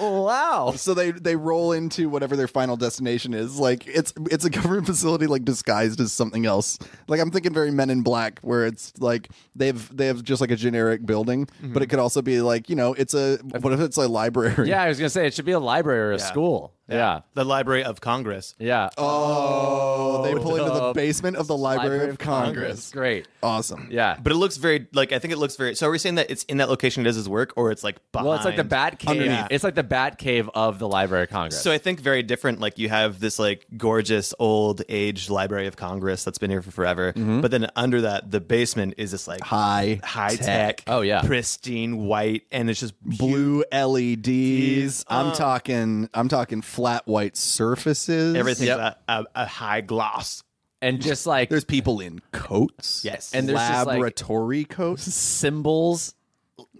S3: wow.
S2: So they they roll into whatever their final destination is. Like it's it's a government facility like disguised as something else. Like I'm thinking very Men in Black, where it's like they've they have just like a generic building, but it could also be like you know it's a what if it's a library?
S3: Yeah, I was gonna say it should be a library or a
S4: Yeah.
S3: school. Yeah.
S4: The Library of Congress.
S3: Yeah.
S2: Oh, they pull into the
S3: the
S2: basement of the Library, of Congress.
S3: Great.
S2: Awesome.
S3: Yeah.
S4: But it looks very like I think it looks very. So are we saying that it's in that location it does his work, or it's like behind?
S3: Well, it's like the bat cave.
S4: Underneath.
S3: It's like the bat cave of the Library of Congress.
S4: So I think very different. Like you have this like gorgeous old aged Library of Congress that's been here for forever,
S3: Mm-hmm.
S4: but then under that the basement is this like
S2: High,
S4: high tech,
S3: Oh, yeah.
S4: pristine white, and it's just
S2: blue LEDs. I'm talking. I'm talking flat white surfaces.
S4: everything's
S3: Yep.
S4: a, a, a high gloss.
S3: and just like
S2: There's people in coats.
S4: Yes.
S2: and
S4: And
S3: there's just, like-
S2: laboratory coats.
S3: symbols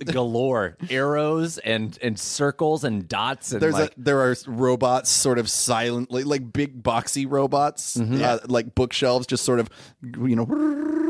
S3: galore, arrows and and circles and dots and
S2: There's
S3: like
S2: a, there are robots sort of silently like big boxy robots uh, like bookshelves just sort of you know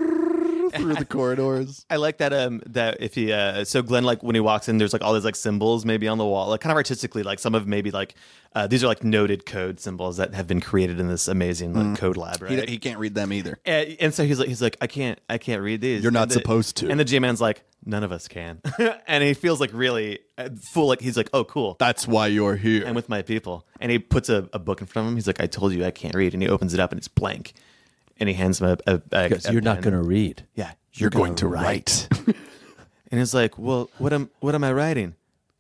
S2: through the corridors.
S4: I like that. Um, that if he uh, so Glenn like when he walks in, there's like all these like symbols maybe on the wall, like kind of artistically, like some of maybe like uh, these are like noted code symbols that have been created in this amazing like code lab,
S2: Mm. He,
S4: right?
S2: he can't read them either.
S4: and, and so he's like, he's like, I can't, I can't read these.
S2: You're not
S4: And the-
S2: supposed to.
S4: And the J man's like, none of us can. and he feels like really uh, full. Like he's like, oh, cool.
S2: That's why you're here.
S4: I'm with my people. And he puts a, a book in front of him. He's like, I told you I can't read. And he opens it up and it's blank. And he hands him a. a, a-
S3: Because
S4: a
S3: you're not
S4: pen.
S3: going to read.
S4: Yeah,
S2: you're going to write.
S4: And he's like, well, what am what am I writing?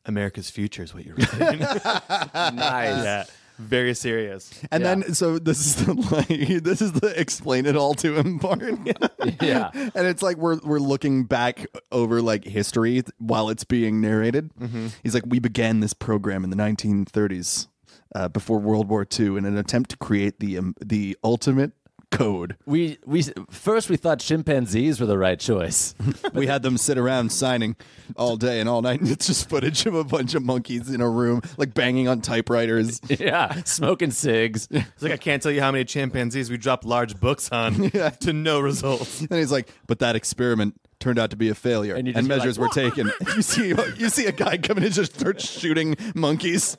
S4: America's future is what you're writing.
S3: Nice.
S4: yeah, very serious.
S2: And
S3: Yeah.
S2: then so this is the like this is the explain it all to him part.
S3: Yeah.
S2: and it's like we're we're looking back over like history while it's being narrated.
S3: Mm-hmm.
S2: He's like, we began this program in the 1930s, uh, before World War II, in an attempt to create the um, the ultimate code.
S3: We we first we thought chimpanzees were the right choice.
S2: we had them sit around signing all day and all night. It's just footage of a bunch of monkeys in a room, like banging on typewriters.
S3: yeah, smoking cigs.
S4: It's like I can't tell you how many chimpanzees we dropped large books on to no results.
S2: And he's like, but that experiment turned out to be a failure, and,
S3: And you just hear,
S2: measures
S3: like,
S2: were taken. you see, you see a guy coming and just starts shooting monkeys.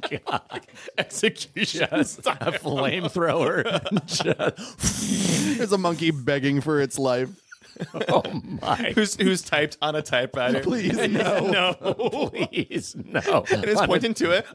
S4: Execution.
S3: Just a flamethrower. Just-
S2: There's a monkey begging for its life.
S3: oh my!
S4: Who's who's typed on a typewriter?
S2: Please no.
S4: No.
S3: Please no.
S4: and is pointing to it.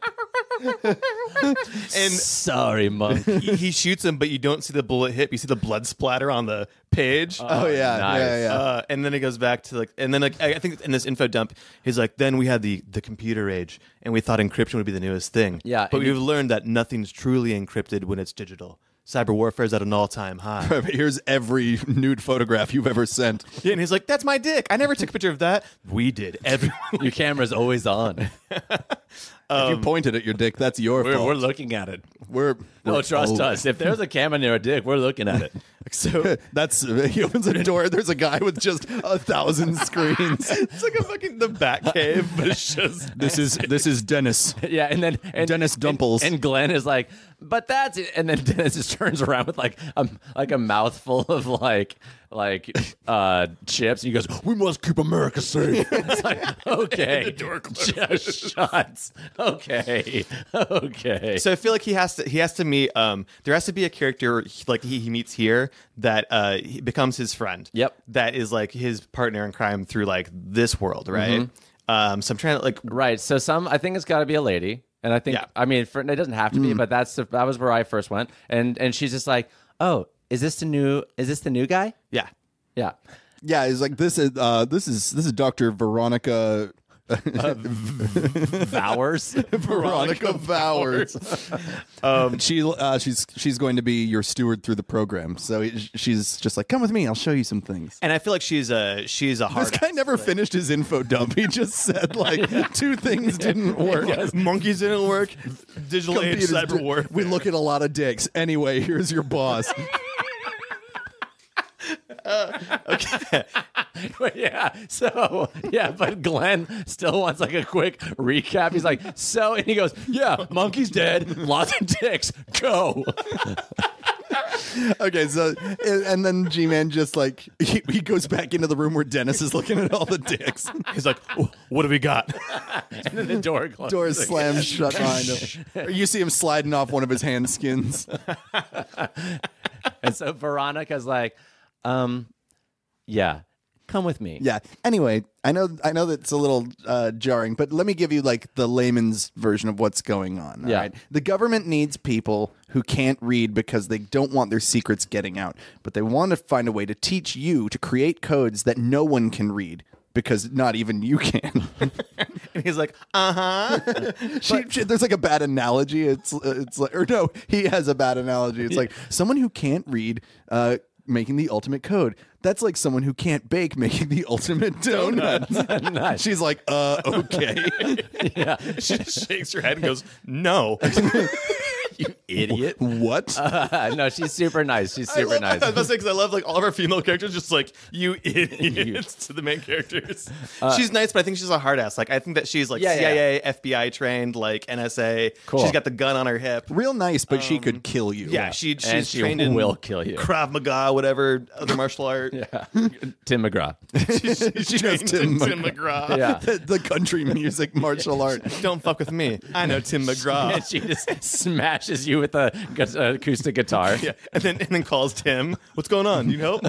S4: and
S3: Sorry, monk.
S4: he he shoots him, but you don't see the bullet hit. but You see the blood splatter on the page.
S2: Oh yeah,
S3: Nice.
S2: yeah, yeah.
S4: Uh, and then it goes back to like, and then like I I think in this info dump, he's like, then we had the the computer age, and we thought encryption would be the newest thing.
S3: Yeah,
S4: but
S3: and
S4: we've learned that nothing's truly encrypted when it's digital. Cyber warfare is at an all time high.
S2: Here's every nude photograph you've ever sent.
S4: Yeah, and he's like, that's my dick. I never took a picture of that. We did. Everyone.
S3: Your camera's always on.
S2: if you pointed at your dick, that's your fault.
S3: looking at
S2: Um,
S3: it. oh.
S2: We're,
S3: No,
S2: we're
S3: trust
S2: old.
S3: us. If there's a camera near a dick, we're looking at it.
S2: So that's he opens a door. There's a guy with just a thousand screens.
S4: it's like a fucking the Batcave, but it's just
S2: this is this is Dennis.
S3: Yeah, and then and,
S2: Dennis
S3: and-
S2: Dumples.
S3: and, Glenn is like, "But that's," it. and then Dennis just turns around with like a like a mouthful of like like uh chips, and he goes, "We must keep America safe." it's like, okay, the door just shuts. Okay, okay.
S4: So I feel like he has to he has to meet um there has to be a character he- like he, he meets here that uh he becomes his friend.
S3: Yep.
S4: That is like his partner in crime through like this world, right?
S3: Mm-hmm.
S4: Um so I'm trying to like
S3: Right. So some, I think it's got to be a lady, and I think
S4: Yeah.
S3: I mean for, it doesn't have to be, but that's the, that was where I first went, and and she's just like, "Oh, is this the new? Is this the new guy?"
S4: yeah.
S3: Yeah.
S2: Yeah, it's like this is uh, this is this is Doctor Veronica uh,
S3: Bowers.
S2: Veronica Bowers. um, she uh, she's she's going to be your steward through the program. So it- she's just like, come with me. I'll show you some things.
S4: And I feel like she's a she's a hard
S2: This guy never finished his info dump. He just said like two things didn't work.
S4: monkeys didn't work. Digital age
S2: Computers
S4: cyber
S2: did-
S4: war.
S2: We look at a lot of dicks. Anyway, here's your boss.
S3: But yeah. So yeah, but Glenn still wants like a quick recap. He's like, so and he goes, Yeah, monkey's dead, lots of dicks, go.
S2: okay, so and and then G Man just like he, he goes back into the room where Dennis is looking at all the dicks.
S4: He's like, "Wh- what do we got?
S3: And then the door closes.
S2: Door slams shut behind him. You see him sliding off one of his hand skins.
S3: And so Veronica's like, um, yeah. Come with me.
S2: Yeah. Anyway, I know I know that's a little uh, jarring, but let me give you like the layman's version of what's going on. all
S3: Yeah.
S2: right? The government needs people who can't read because they don't want their secrets getting out, but they want to find a way to teach you to create codes that no one can read because not even you can.
S4: And he's like, uh huh.
S2: she, she- there's like a bad analogy. It's uh, it's like or no, he has a bad analogy. It's like someone who can't read uh, making the ultimate code. That's like someone who can't bake making the ultimate donut.
S3: Nice.
S2: She's like, uh, okay.
S4: she just shakes her head and goes, no. you idiot.
S2: what?
S3: no, she's super nice. She's
S4: I
S3: super
S4: love,
S3: nice.
S4: I was about to say, 'cause I love like all of our female characters, just like you idiots to the main characters. she's nice, but I think she's a hard ass. Like I think that she's like
S3: Uh, Yeah, yeah.
S4: CIA, FBI trained, like NSA.
S3: Cool.
S4: She's got the gun on her hip.
S2: Real nice, but she could kill you.
S4: Yeah, she she's
S3: and Um, she
S4: trained in
S3: will kill you.
S4: Krav Maga, whatever other martial art.
S3: Tim McGraw.
S4: she's she's
S2: knows
S4: trained
S2: Tim
S4: in Tim McGraw.
S3: Yeah.
S2: The, the country music martial art.
S4: Don't fuck with me. I know Tim McGraw.
S3: and she just smashes you with a gu- acoustic guitar.
S4: yeah. And then and then calls Tim. What's going on? You know?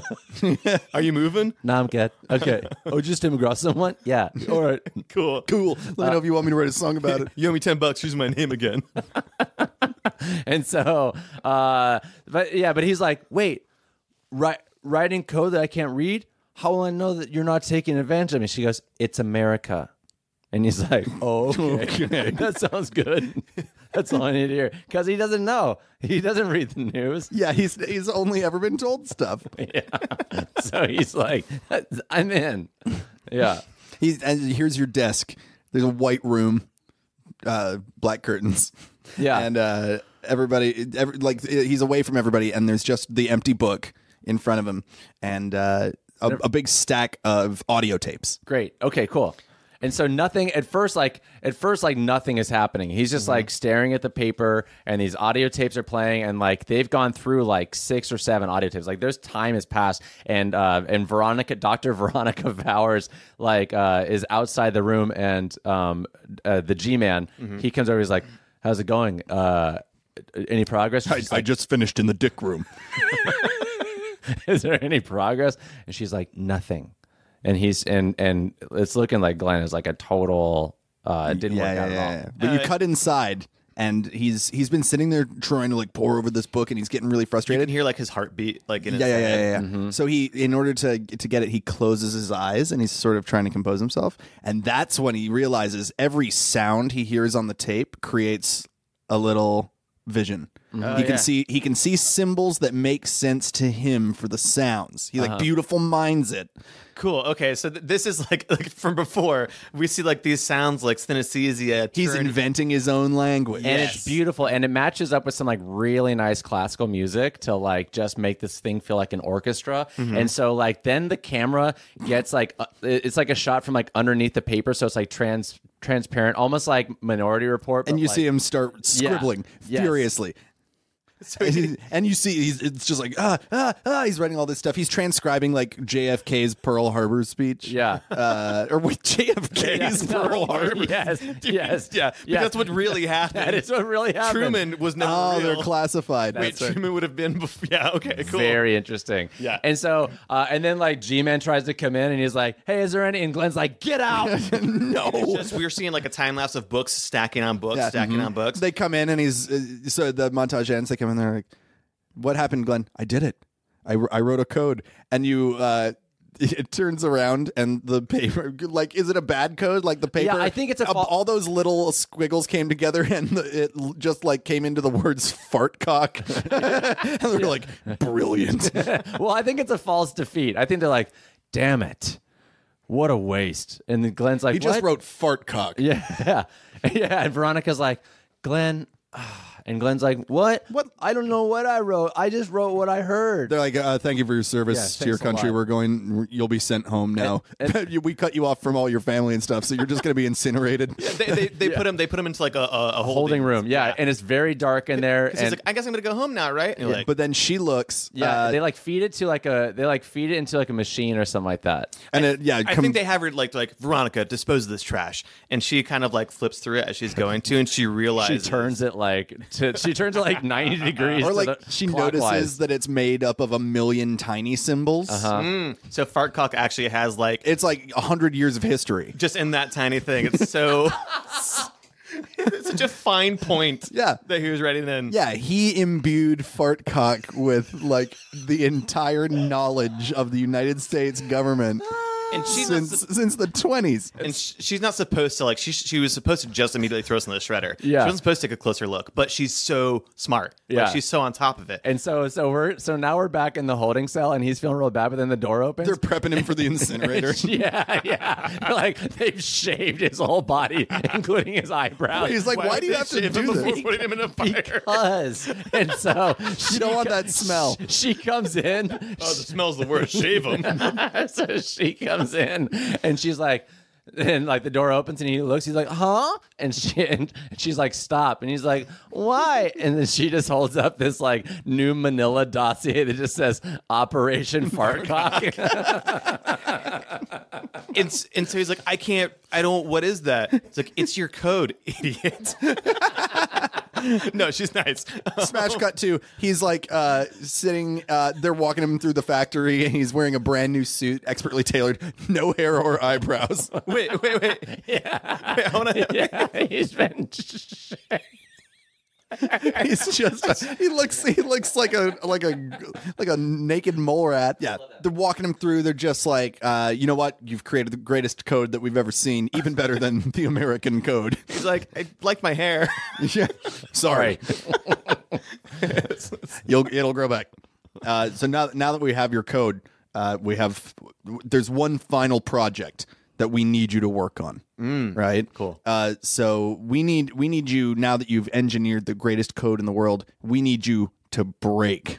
S4: Are you moving?
S3: No, I'm good. Okay. Oh, just Tim McGraw. Someone? Yeah. All right.
S4: Cool.
S2: Cool. Let me know if you want me to write a song about it.
S4: You owe me ten bucks. Here's my name again.
S3: And so, uh, but yeah, but he's like, wait, ri- writing code that I can't read? How will I know that you're not taking advantage of me? She goes, it's America. And he's like, oh, okay. that sounds good. That's all I need to hear. Because he doesn't know. He doesn't read the news.
S2: Yeah, he's he's only ever been told stuff.
S3: So he's like, I'm in. Yeah.
S2: He's and here's your desk. There's a white room, uh, black curtains.
S3: Yeah.
S2: and uh, everybody, every, like uh, he's away from everybody, and there's just the empty book in front of him, and uh, a, a big stack of audio tapes.
S3: Great. Okay, cool. And so nothing at first like at first like nothing is happening. He's just like staring at the paper and these audio tapes are playing and like they've gone through like six or seven audio tapes. Like there's time has passed and uh and Veronica Dr. Veronica Powers like uh is outside the room and um uh, the G-man he comes over he's like how's it going? Uh any progress? And she's like,
S2: just finished in the dick room.
S3: is there any progress? And she's like, nothing. And he's and and it's looking like Glenn is like a total uh it didn't
S2: yeah,
S3: work
S2: yeah,
S3: out
S2: yeah,
S3: at
S2: yeah.
S3: all.
S2: But you cut inside, and he's he's been sitting there trying to like pour over this book, and he's getting really
S4: You
S2: frustrated.
S4: can hear like his heartbeat, like in his
S2: Yeah, yeah, yeah,
S4: head.
S2: yeah. yeah.
S3: Mm-hmm.
S2: So he, in order to to get it, he closes his eyes and he's sort of trying to compose himself, and that's when he realizes every sound he hears on the tape creates a little vision.
S3: Mm-hmm.
S2: he can
S4: yeah.
S2: see he can see symbols that make sense to him for the sounds. He like
S3: Uh-huh.
S2: beautiful minds it.
S4: Cool. Okay, so th- this is like, like from before. We see like these sounds like synesthesia.
S2: He's
S4: turn-
S2: inventing his own language.
S3: And it's beautiful and it matches up with some like really nice classical music to like just make this thing feel like an orchestra.
S2: Mm-hmm.
S3: And so like then the camera gets like uh, it's like a shot from like underneath the paper so it's like trans transparent almost like minority report but,
S2: and you
S3: like-
S2: see him start scribbling
S3: Yes.
S2: furiously. and, he- and you see he's it's just like ah ah ah he's writing all this stuff. He's transcribing like JFK's Pearl Harbor speech.
S3: Yeah.
S2: Uh, or with JFK's
S3: Yeah.
S2: Pearl Harbor.
S3: Yes. Yes.
S4: Yeah, because
S3: yes.
S4: that's what really happened.
S3: that is what really happened.
S4: Truman was never
S2: Oh,
S4: real.
S2: they're classified.
S4: Wait, Truman would have been before. Yeah. Okay. Cool.
S3: Very interesting.
S4: Yeah.
S3: And so, uh, and then like G Man tries to come in and he's like, hey, is there any? And Glenn's like, get out.
S4: It's
S2: no.
S4: just- we were seeing like a time lapse of books stacking on books,
S2: Yeah.
S4: stacking on books.
S2: Mm-hmm. They come in and he's uh, so the montage ends. They come in there like, "What happened, Glenn? I did it. I, wr- I wrote a code." And you, uh, it turns around and the paper like is it a bad code? Like the paper?
S3: I think it's a
S2: uh,
S3: fal-
S2: all those little squiggles came together and the, it l- just like came into the words fart cock, and they were like brilliant.
S3: well, I think it's a false defeat. I think they're like, damn it. What a waste. And then Glenn's like,
S2: he just
S3: "What?"
S2: wrote fart cock.
S3: Yeah. Yeah. And Veronica's like, Glenn. And Glenn's like, what?
S2: What?
S3: I don't know what I wrote. I just wrote what I heard.
S2: They're like, uh, thank you for your service
S3: Yeah,
S2: to your
S3: thanks a
S2: country.
S3: lot.
S2: We're going. You'll be sent home now. You- we cut you off from all your family and stuff, so you're just going to be incinerated.
S4: they they, they put him they put him into like a, a, a holding,
S3: Holding room. Yeah. And it's very dark in there.
S4: Because he's
S3: and-
S4: like, I guess I'm gonna go home now, right? And you're like,
S2: but then she looks.
S3: yeah,
S2: uh,
S3: they like feed it to like a they like feed it into like a machine or something like that.
S2: and it, yeah,
S4: I
S2: com-
S4: think they have her like like Veronica dispose of this trash, and she kind of like flips through it as she's going to, and she
S3: She
S4: realizes
S3: turns it like to she turns it like 90 degrees
S2: or
S3: to
S2: like
S3: the-
S2: she
S3: clockwise.
S2: notices that it's made up of a million tiny symbols.
S4: So Fartcock actually has like
S2: It's like a hundred years of history.
S4: just in that tiny thing. It's so it's such a fine point.
S2: Yeah.
S4: that he was writing then.
S2: Yeah, he imbued Fartcock with like the entire knowledge of the United States government
S4: and she
S2: since since the twenties.
S4: and sh- she's not supposed to like she she was supposed to just immediately throw us in the shredder.
S3: Yeah.
S4: she wasn't supposed to take a closer look, but she's so smart. Like,
S3: Yeah.
S4: she's so on top of it.
S3: and so so we're so now we're back in the holding cell and he's feeling real bad but then the door opens
S2: They're prepping him for the incinerator.
S3: yeah yeah like they've shaved his whole body including his eyebrows
S2: He's like, why, do you have to do this?
S4: putting him in a fire?
S3: because and so she
S2: don't want
S3: co-
S2: that smell.
S3: she comes in
S4: Oh, the smells the worst. Shave him.
S3: so she comes in and she's like and like the door opens and he looks he's like huh and she and she's like stop and he's like why and then she just holds up this like new manila dossier that just says operation fartcock
S4: and, s- and so he's like, I can't, I don't, what is that? It's like, it's your code, idiot. no, she's nice.
S2: Smash cut to he's like uh, sitting. Uh, they're walking him through the factory, and he's wearing a brand new suit, expertly tailored, no hair or eyebrows.
S4: wait, wait, wait.
S3: yeah.
S4: Wait, I want to.
S3: yeah he's been
S2: He's just he looks he looks like a like a like a naked mole rat. Yeah, they're walking him through. They're just like, uh, you know what? You've created the greatest code that we've ever seen, even better than the American code.
S4: He's like, I like my hair.
S2: yeah, sorry, you'll it'll grow back. Uh, so now now that we have your code, uh, we have there's one final project that we need you to work on. right?
S4: cool.
S2: Uh, so we need we need you now that you've engineered the greatest code in the world. We need you to break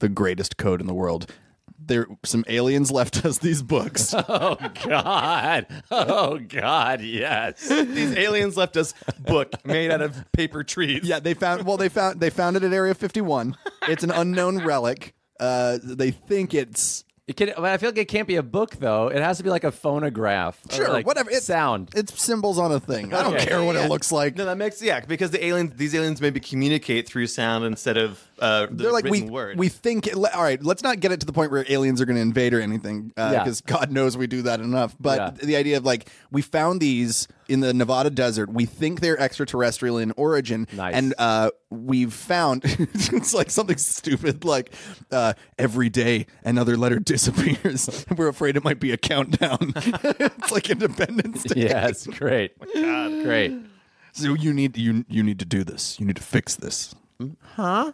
S2: the greatest code in the world. There, some aliens left us these books.
S3: oh god oh god yes
S4: These aliens left us book made out of paper trees.
S2: yeah, they found. Well, they found they found it at Area 51. It's an unknown relic. Uh, they think it's
S3: it can, but I feel like it can't be a book though. It has to be like a phonograph. or,
S2: Sure,
S3: like,
S2: whatever. It-
S3: sound.
S2: it's symbols on a thing. I don't
S3: Okay.
S2: care what
S4: Yeah.
S2: it looks like.
S4: No, that makes yeah, because the aliens, these aliens maybe communicate through sound instead of uh, the
S2: They're like we
S4: written word.
S2: we think. It, all right, let's not get it to the point where aliens are going to invade or anything,
S3: Yeah.
S2: because God knows we do that enough. But
S3: Yeah.
S2: the idea of like we found these in the Nevada desert, we think they're extraterrestrial in origin,
S3: Nice.
S2: and uh, we've found it's like something stupid like uh, every day another letter disappears. We're afraid it might be a countdown. it's like Independence Day.
S3: Yes, great, great.
S2: So you need you you need to do this. You need to fix this. Huh?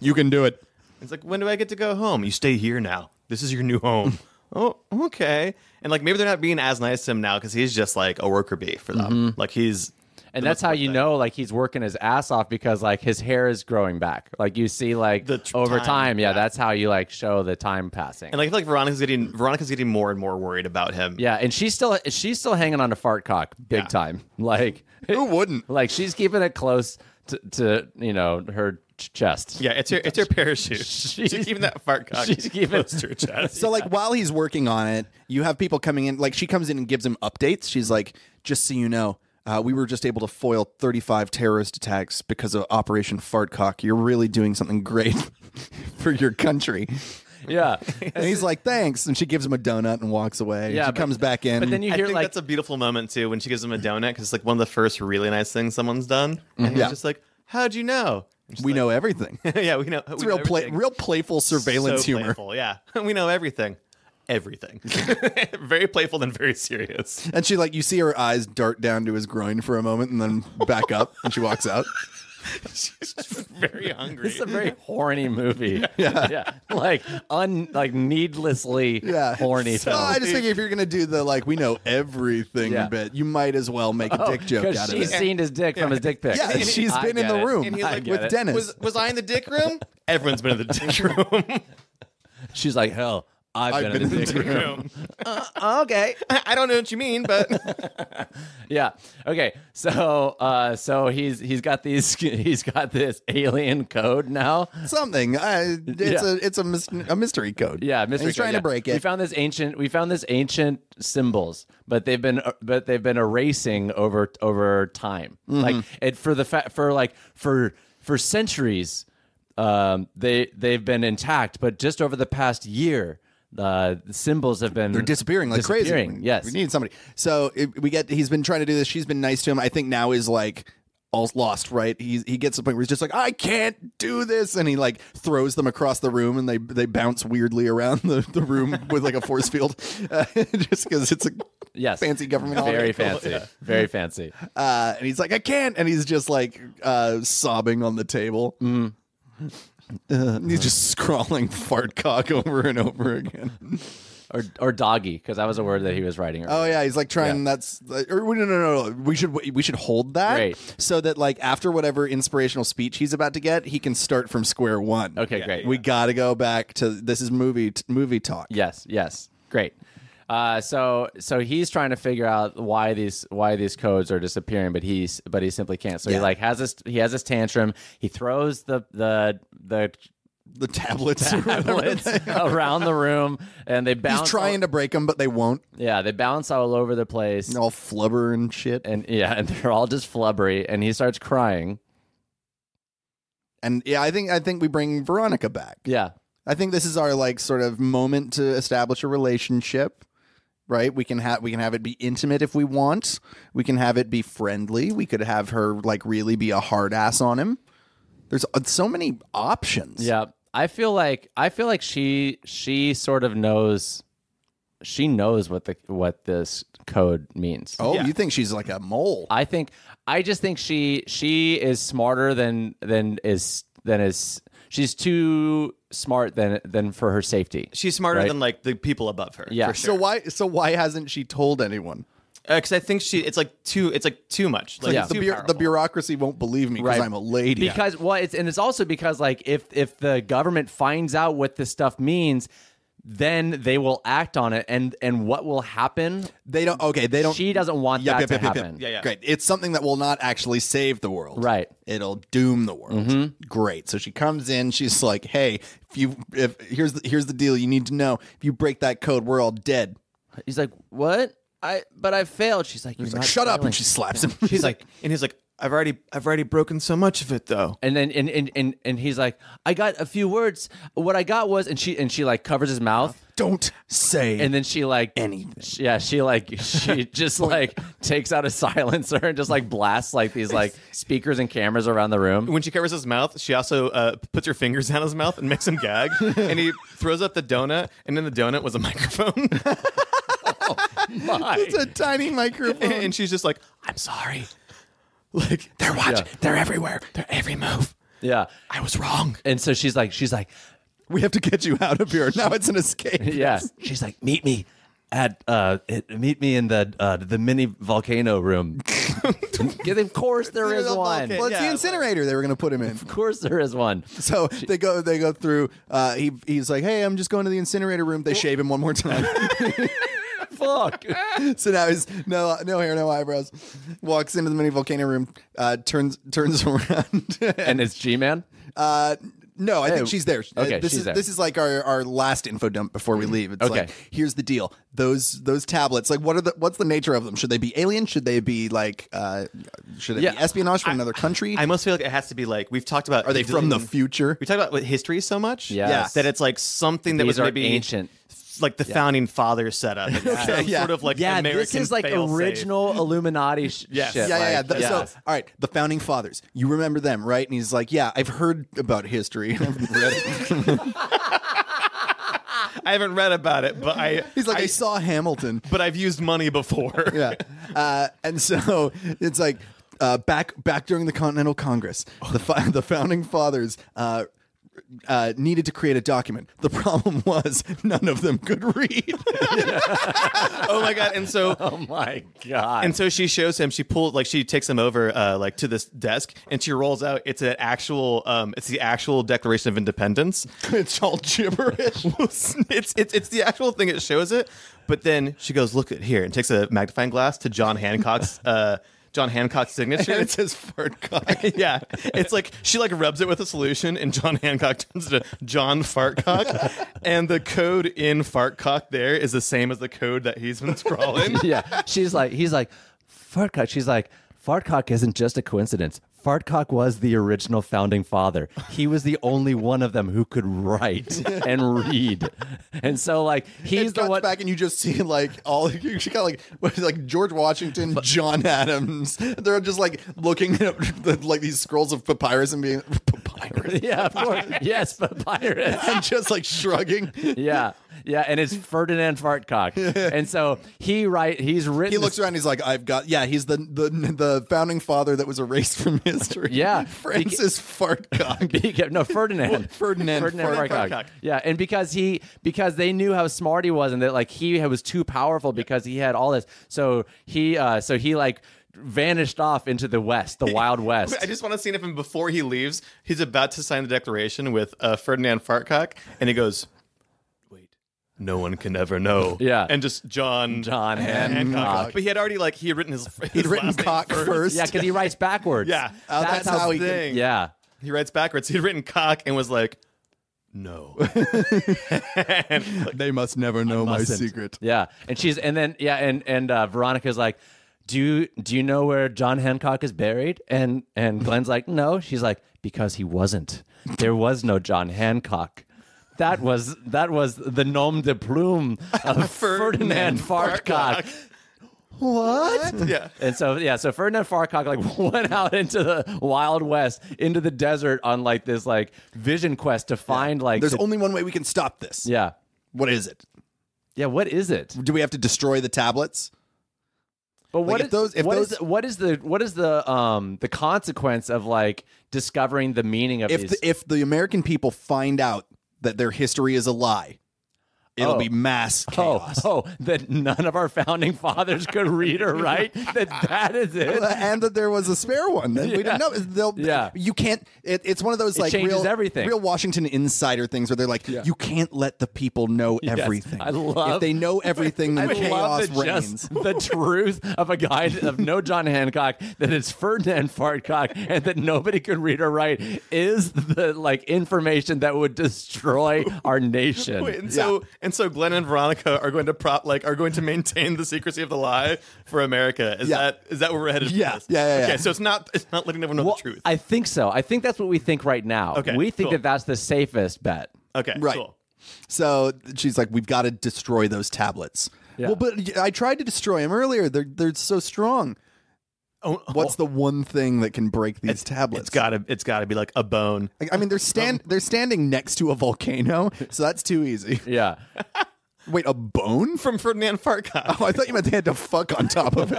S2: You can do it.
S4: It's like, when do I get to go home? You stay here now. This is your new home. oh, okay. And like, maybe they're not being as nice to him now because he's just like a worker bee for them.
S3: Mm-hmm.
S4: Like he's
S3: And that's how you know, like he's working his ass off because like his hair is growing back. Like you see, like
S4: The tr-
S3: over
S4: time,
S3: time, yeah,
S4: yeah.
S3: that's how you like show the time passing.
S4: and like I feel like Veronica's getting Veronica's getting more and more worried about him.
S3: yeah, and she's still she's still hanging on to fart cock big
S4: Yeah.
S3: time. Like,
S2: Who wouldn't?
S3: like she's keeping it close to, to you know her ch- chest.
S4: yeah. It's her it's her parachute. She's, keeping that fart cock.
S3: she's keeping-
S4: close to her chest.
S2: So like while he's working on it, you have people coming in. Like she comes in and gives him updates. She's like, "Just so you know, uh, we were just able to foil 35 terrorist attacks because of Operation Fartcock. You're really doing something great for your country."
S3: yeah.
S2: And he's like, "Thanks." And she gives him a donut and walks away.
S3: Yeah,
S2: Yeah, she
S3: but-
S2: comes back in.
S3: But then you
S4: I
S3: hear
S4: think
S3: like
S4: that's a beautiful moment too when she gives him a donut because it's like one of the first really nice things someone's done.
S3: Mm-hmm.
S4: And he's
S2: Yeah.
S4: just like, how'd you know? And she's
S2: we
S4: like,
S2: know everything. It's
S4: yeah, we know. It's
S2: real play, real playful surveillance
S4: so
S2: humor.
S4: Playful, yeah, we know everything. Everything. very playful and very serious.
S2: And she like you see her eyes dart down to his groin for a moment and then back up and she walks out.
S4: She's just very hungry.
S3: It's a very horny movie. Yeah. Like un like needlessly
S2: Yeah.
S3: horny
S2: So
S3: film.
S2: I just think if you're gonna do the like we know everything
S3: Yeah.
S2: bit, you might as well make a dick joke
S3: Because
S2: out of
S3: she's
S2: it.
S3: seen his dick from his dick pic.
S2: Yeah, and she's
S3: I
S2: been in
S3: get
S2: the
S3: it.
S2: room
S4: And he's
S3: I
S4: like,
S3: get
S2: with
S3: it.
S2: Dennis.
S4: was was I in the dick room? Everyone's been in the dick room.
S3: She's like, hell, I've,
S2: I've
S3: been,
S2: been
S3: in the dick room.
S4: Uh, okay, I, I don't know what you mean, but
S3: Yeah. Okay. So uh so he's he's got these he's got this alien code now.
S2: Something. I, it's
S3: Yeah.
S2: a it's a, mys- a mystery code.
S3: Yeah,
S2: And
S3: mystery
S2: He's
S3: code,
S2: trying
S3: yeah.
S2: to break
S3: We
S2: it.
S3: found this ancient. We found this ancient symbols, but they've been uh, but
S2: Mm-hmm.
S3: they've been erasing over over time. Like it for the fa- for like for for centuries um, they they've been intact, but just over the past year, uh, the symbols have been
S2: They're disappearing like
S3: disappearing,
S2: crazy.
S3: Yes,
S2: we need somebody. So it, we get. He's been trying to do this. She's been nice to him. I think now is like all lost. Right? He he gets to the point where he's just like, I can't do this, and he like throws them across the room, and they they bounce weirdly around the, the room with like a force field, uh, just because it's a
S3: yes,
S2: fancy government holiday.
S3: very fancy, very fancy.
S2: Uh, and he's like, I can't, and he's just like uh, sobbing on the table.
S3: Mm.
S2: he's just scrawling fart cock over and over again.
S3: Or or doggy, because that was a word that he was writing.
S2: Oh yeah, he's like trying. That's or no, no, no, no. We should we should hold that
S3: Great.
S2: so that like after whatever inspirational speech he's about to get, he can start from square one.
S3: Okay, great.
S2: We got to go back to this is movie t- movie talk.
S3: Yes, yes, great. Uh, so so he's trying to figure out why these why these codes are disappearing, but he's but he simply can't. So he
S2: Yeah.
S3: like has this he has this tantrum. He throws the the the
S2: The tablets. or whatever
S3: tablets
S2: they are.
S3: around the room, and they bounce.
S2: He's trying to break them, but they won't.
S3: yeah, they bounce all over the place,
S2: All flubber and shit.
S3: and yeah, and they're all just flubbery. And he starts crying.
S2: And yeah, I think I think we bring Veronica back.
S3: Yeah,
S2: I think this is our like sort of moment to establish a relationship. Right? We can have we can have it be intimate if we want. We can have it be friendly. We could have her like really be a hard ass on him. There's uh, so many options.
S3: Yeah, I feel like I feel like she she sort of knows she knows what the what this code means.
S2: Oh, you think she's like a mole?
S3: I think I just think she she is smarter than than is than is she's too smart than than for her safety.
S4: She's smarter
S3: Right.
S4: than like the people above her.
S3: Yeah.
S4: for
S2: so
S4: sure.
S2: why so why hasn't she told anyone?
S4: because I think she it's like too it's like too much. Like,
S3: Yeah.
S4: it's
S2: The,
S4: too
S2: bu- the
S4: powerful.
S2: bureaucracy won't believe me because
S3: Right.
S2: I'm a lady.
S3: Because well, it's and it's also because like if if the government finds out what this stuff means, then they will act on it and and what will happen?
S2: they don't. Okay, they don't.
S3: She doesn't want
S2: Yep,
S3: that
S2: yep,
S3: to
S2: yep, yep, yep.
S3: happen.
S4: Yeah, yeah.
S2: Great. It's something that will not actually save the world.
S3: Right.
S2: It'll doom the world. Great. So she comes in. She's like, "Hey, if you if here's the, here's the deal. You need to know. If you break that code, we're all dead."
S3: He's like, "What? I but I failed." She's like,
S2: He's like, "Shut up!" And she slaps him.
S4: She's like, and he's like, I've already I've already broken so much of it though.
S3: and then and, and and and he's like, "I got a few words. What I got was," and she and she like covers his mouth,
S2: "Don't say."
S3: and then she like
S2: Anything.
S3: she- yeah, she like she just like takes out a silencer and just like blasts like these like speakers and cameras around the room.
S4: When she covers his mouth, she also uh, puts her fingers down his mouth and makes him gag. and he throws up the donut, and in the donut was a microphone.
S2: it's a tiny microphone.
S4: and she's just like, I'm sorry. Like they're watching.
S3: Yeah.
S4: They're everywhere. They're every move.
S3: Yeah,
S4: I was wrong.
S3: and so she's like, she's like,
S2: we have to get you out of here. Now it's an escape.
S3: yeah, she's like, meet me at uh, it, meet me in the uh, the mini volcano room. Yeah, of course there is one.
S2: Well, it's
S3: Of
S4: Yeah,
S2: the incinerator they were going to put him in.
S3: course there is one.
S2: So they go, they go through. Uh, he he's like, "Hey, I'm just going to the incinerator room." They shave him one more time.
S3: Fuck.
S2: So now he's no no hair, no eyebrows. Walks into the mini volcano room, uh, turns turns around.
S3: and it's G Man.
S2: uh, no, I
S3: Hey,
S2: think she's there. Uh,
S3: okay,
S2: this
S3: she's
S2: is
S3: there. Mm,
S2: this is like our, our last info dump before we leave. It's
S3: Okay.
S2: like here's the deal: those those tablets. Like, what are the what's the nature of them? Should they be alien? Should they be like uh, should it
S3: Yeah.
S2: be espionage from another country?
S4: I almost feel like it has to be like we've talked about.
S2: are they from the
S4: future?
S2: future?
S4: We talk about with history so much,
S3: Yes.
S4: that it's like something that
S3: These
S4: was
S3: are
S4: maybe
S3: ancient.
S4: like the founding fathers set up. It's some
S2: yeah.
S4: sort of like
S3: yeah,
S4: American
S3: this is like
S4: fail-safe.
S3: original Illuminati sh-
S4: Yes.
S3: shit.
S2: Yeah, yeah, yeah.
S3: like,
S2: Th- So, all right, the founding fathers. You remember them, right? And he's like, "Yeah, I've heard about history." I've read it.
S4: I haven't read about it, but I
S2: He's like,
S4: I-
S2: "I saw Hamilton."
S4: but I've used money before.
S2: yeah. Uh, and so it's like uh, back back during the Continental Congress, the fi- the founding fathers. Uh, uh, needed to create a document. The problem was none of them could read.
S4: oh my god! And so
S3: oh my god.
S4: and so she shows him. She pulls like she takes him over uh, like to this desk, and she rolls out. It's an actual. Um, it's the actual Declaration of Independence.
S2: it's all gibberish.
S4: it's it's it's the actual thing. It shows it, but then she goes, "Look at here," and takes a magnifying glass to John Hancock's. Uh, John Hancock's signature.
S2: and it says fart cock.
S4: yeah, it's like she like rubs it with a solution, and John Hancock turns it to John Fartcock, and the code in Fartcock there is the same as the code that he's been scrawling.
S3: yeah, she's like, he's like, fartcock. She's like, fartcock isn't just a coincidence. Fartcock was the original founding father. He was the only one of them who could write and read. And so, like, he's
S2: it
S3: the
S2: cuts
S3: one.
S2: back and you just see like all you kind of like what is it, like George Washington, John Adams. They're just like looking at the, like these scrolls of papyrus and being papyrus
S3: Yeah, of course. Yes, papyrus.
S2: and just like shrugging.
S3: Yeah, yeah, and it's Ferdinand Fartcock, and so he write he's written.
S2: He looks around. He's like, "I've got yeah." He's the the the founding father that was erased from history.
S3: Yeah.
S2: Francis Fartcock.
S3: Beca- no Ferdinand.
S2: Ferdinand Fartcock.
S3: Fartcock. Yeah, and because he because they knew how smart he was and that like he was too powerful because he had all this. So he uh so he like vanished off into the west, the wild west.
S4: I just want to see if him before he leaves, he's about to sign the declaration with uh, Ferdinand Fartcock, and he goes, "Wait, no one can ever know."
S3: Yeah.
S4: and just John,
S3: John
S4: Han-
S3: Hancock.
S4: But he had already like he had written his. his
S2: He'd written
S4: last name
S2: cock first.
S3: yeah, because he writes backwards.
S4: Yeah.
S2: Oh, that's
S4: That's
S2: how
S4: the
S2: he can-
S4: thing.
S3: Yeah.
S4: he writes backwards. He'd written cock and was like, "No."
S2: They must never know my
S3: mustn't.
S2: secret.
S3: Yeah, and she's and then yeah, and and uh, Veronica's like, do you do you know where John Hancock is buried? And and Glenn's like, no. She's like, because he wasn't. There was no John Hancock. That was that was the nom de plume of Ferdinand
S4: Ferdinand
S3: Fartcock. What?
S4: yeah.
S3: And so yeah, so Ferdinand Farcock like went out into the wild west, into the desert on like this like vision quest to find like
S2: There's
S3: the-
S2: only one way we can stop this.
S3: yeah
S2: What is it?
S3: yeah. What is it?
S2: Do we have to destroy the tablets?
S3: But what
S2: if
S3: is-
S2: those- if
S3: what
S2: those-
S3: is- what is the what is the um the consequence of like discovering the meaning of
S2: If
S3: these?
S2: the, if the American people find out that their history is a lie, it'll
S3: Oh.
S2: be mass
S3: oh,
S2: chaos.
S3: oh, that none of our founding fathers could read or write. That that is it.
S2: and that there was a spare one that we didn't know. They'll,
S3: Yeah.
S2: you can't. It, it's one of those like
S3: changes
S2: real
S3: everything.
S2: real Washington insider things where they're like, you can't let the people know everything.
S3: I love-
S2: if they know everything,
S3: I
S2: then
S3: love
S2: chaos
S3: that
S2: reigns.
S3: just the truth of a guy of no John Hancock that it's Ferdinand Fartcock and that nobody could read or write is the like information that would destroy our nation.
S4: Wait, and so and so Glenn and Veronica are going to prop like are going to maintain the secrecy of the lie for America. Is
S2: Yeah.
S4: that is that where we're headed? for
S2: Yeah.
S4: this?
S2: Yeah, yeah, yeah.
S4: Okay, so it's not it's not letting everyone know the truth.
S3: I think so. I think that's what we think right now.
S4: Okay,
S3: we think
S4: cool.
S3: that that's the safest bet.
S4: okay,
S2: Right.
S4: cool.
S2: So she's like, "We've got to destroy those tablets."
S3: Yeah.
S2: Well, but I tried to destroy them earlier. They're they're so strong.
S4: Oh,
S2: What's the one thing that can break these tablets?
S4: It's gotta it's gotta be like a bone.
S2: Like, I mean, they're stand they're standing next to a volcano, so that's too easy.
S3: Yeah.
S2: Wait, a bone?
S4: From Ferdinand Farkas.
S2: Oh, I thought you meant they had to fuck on top of it.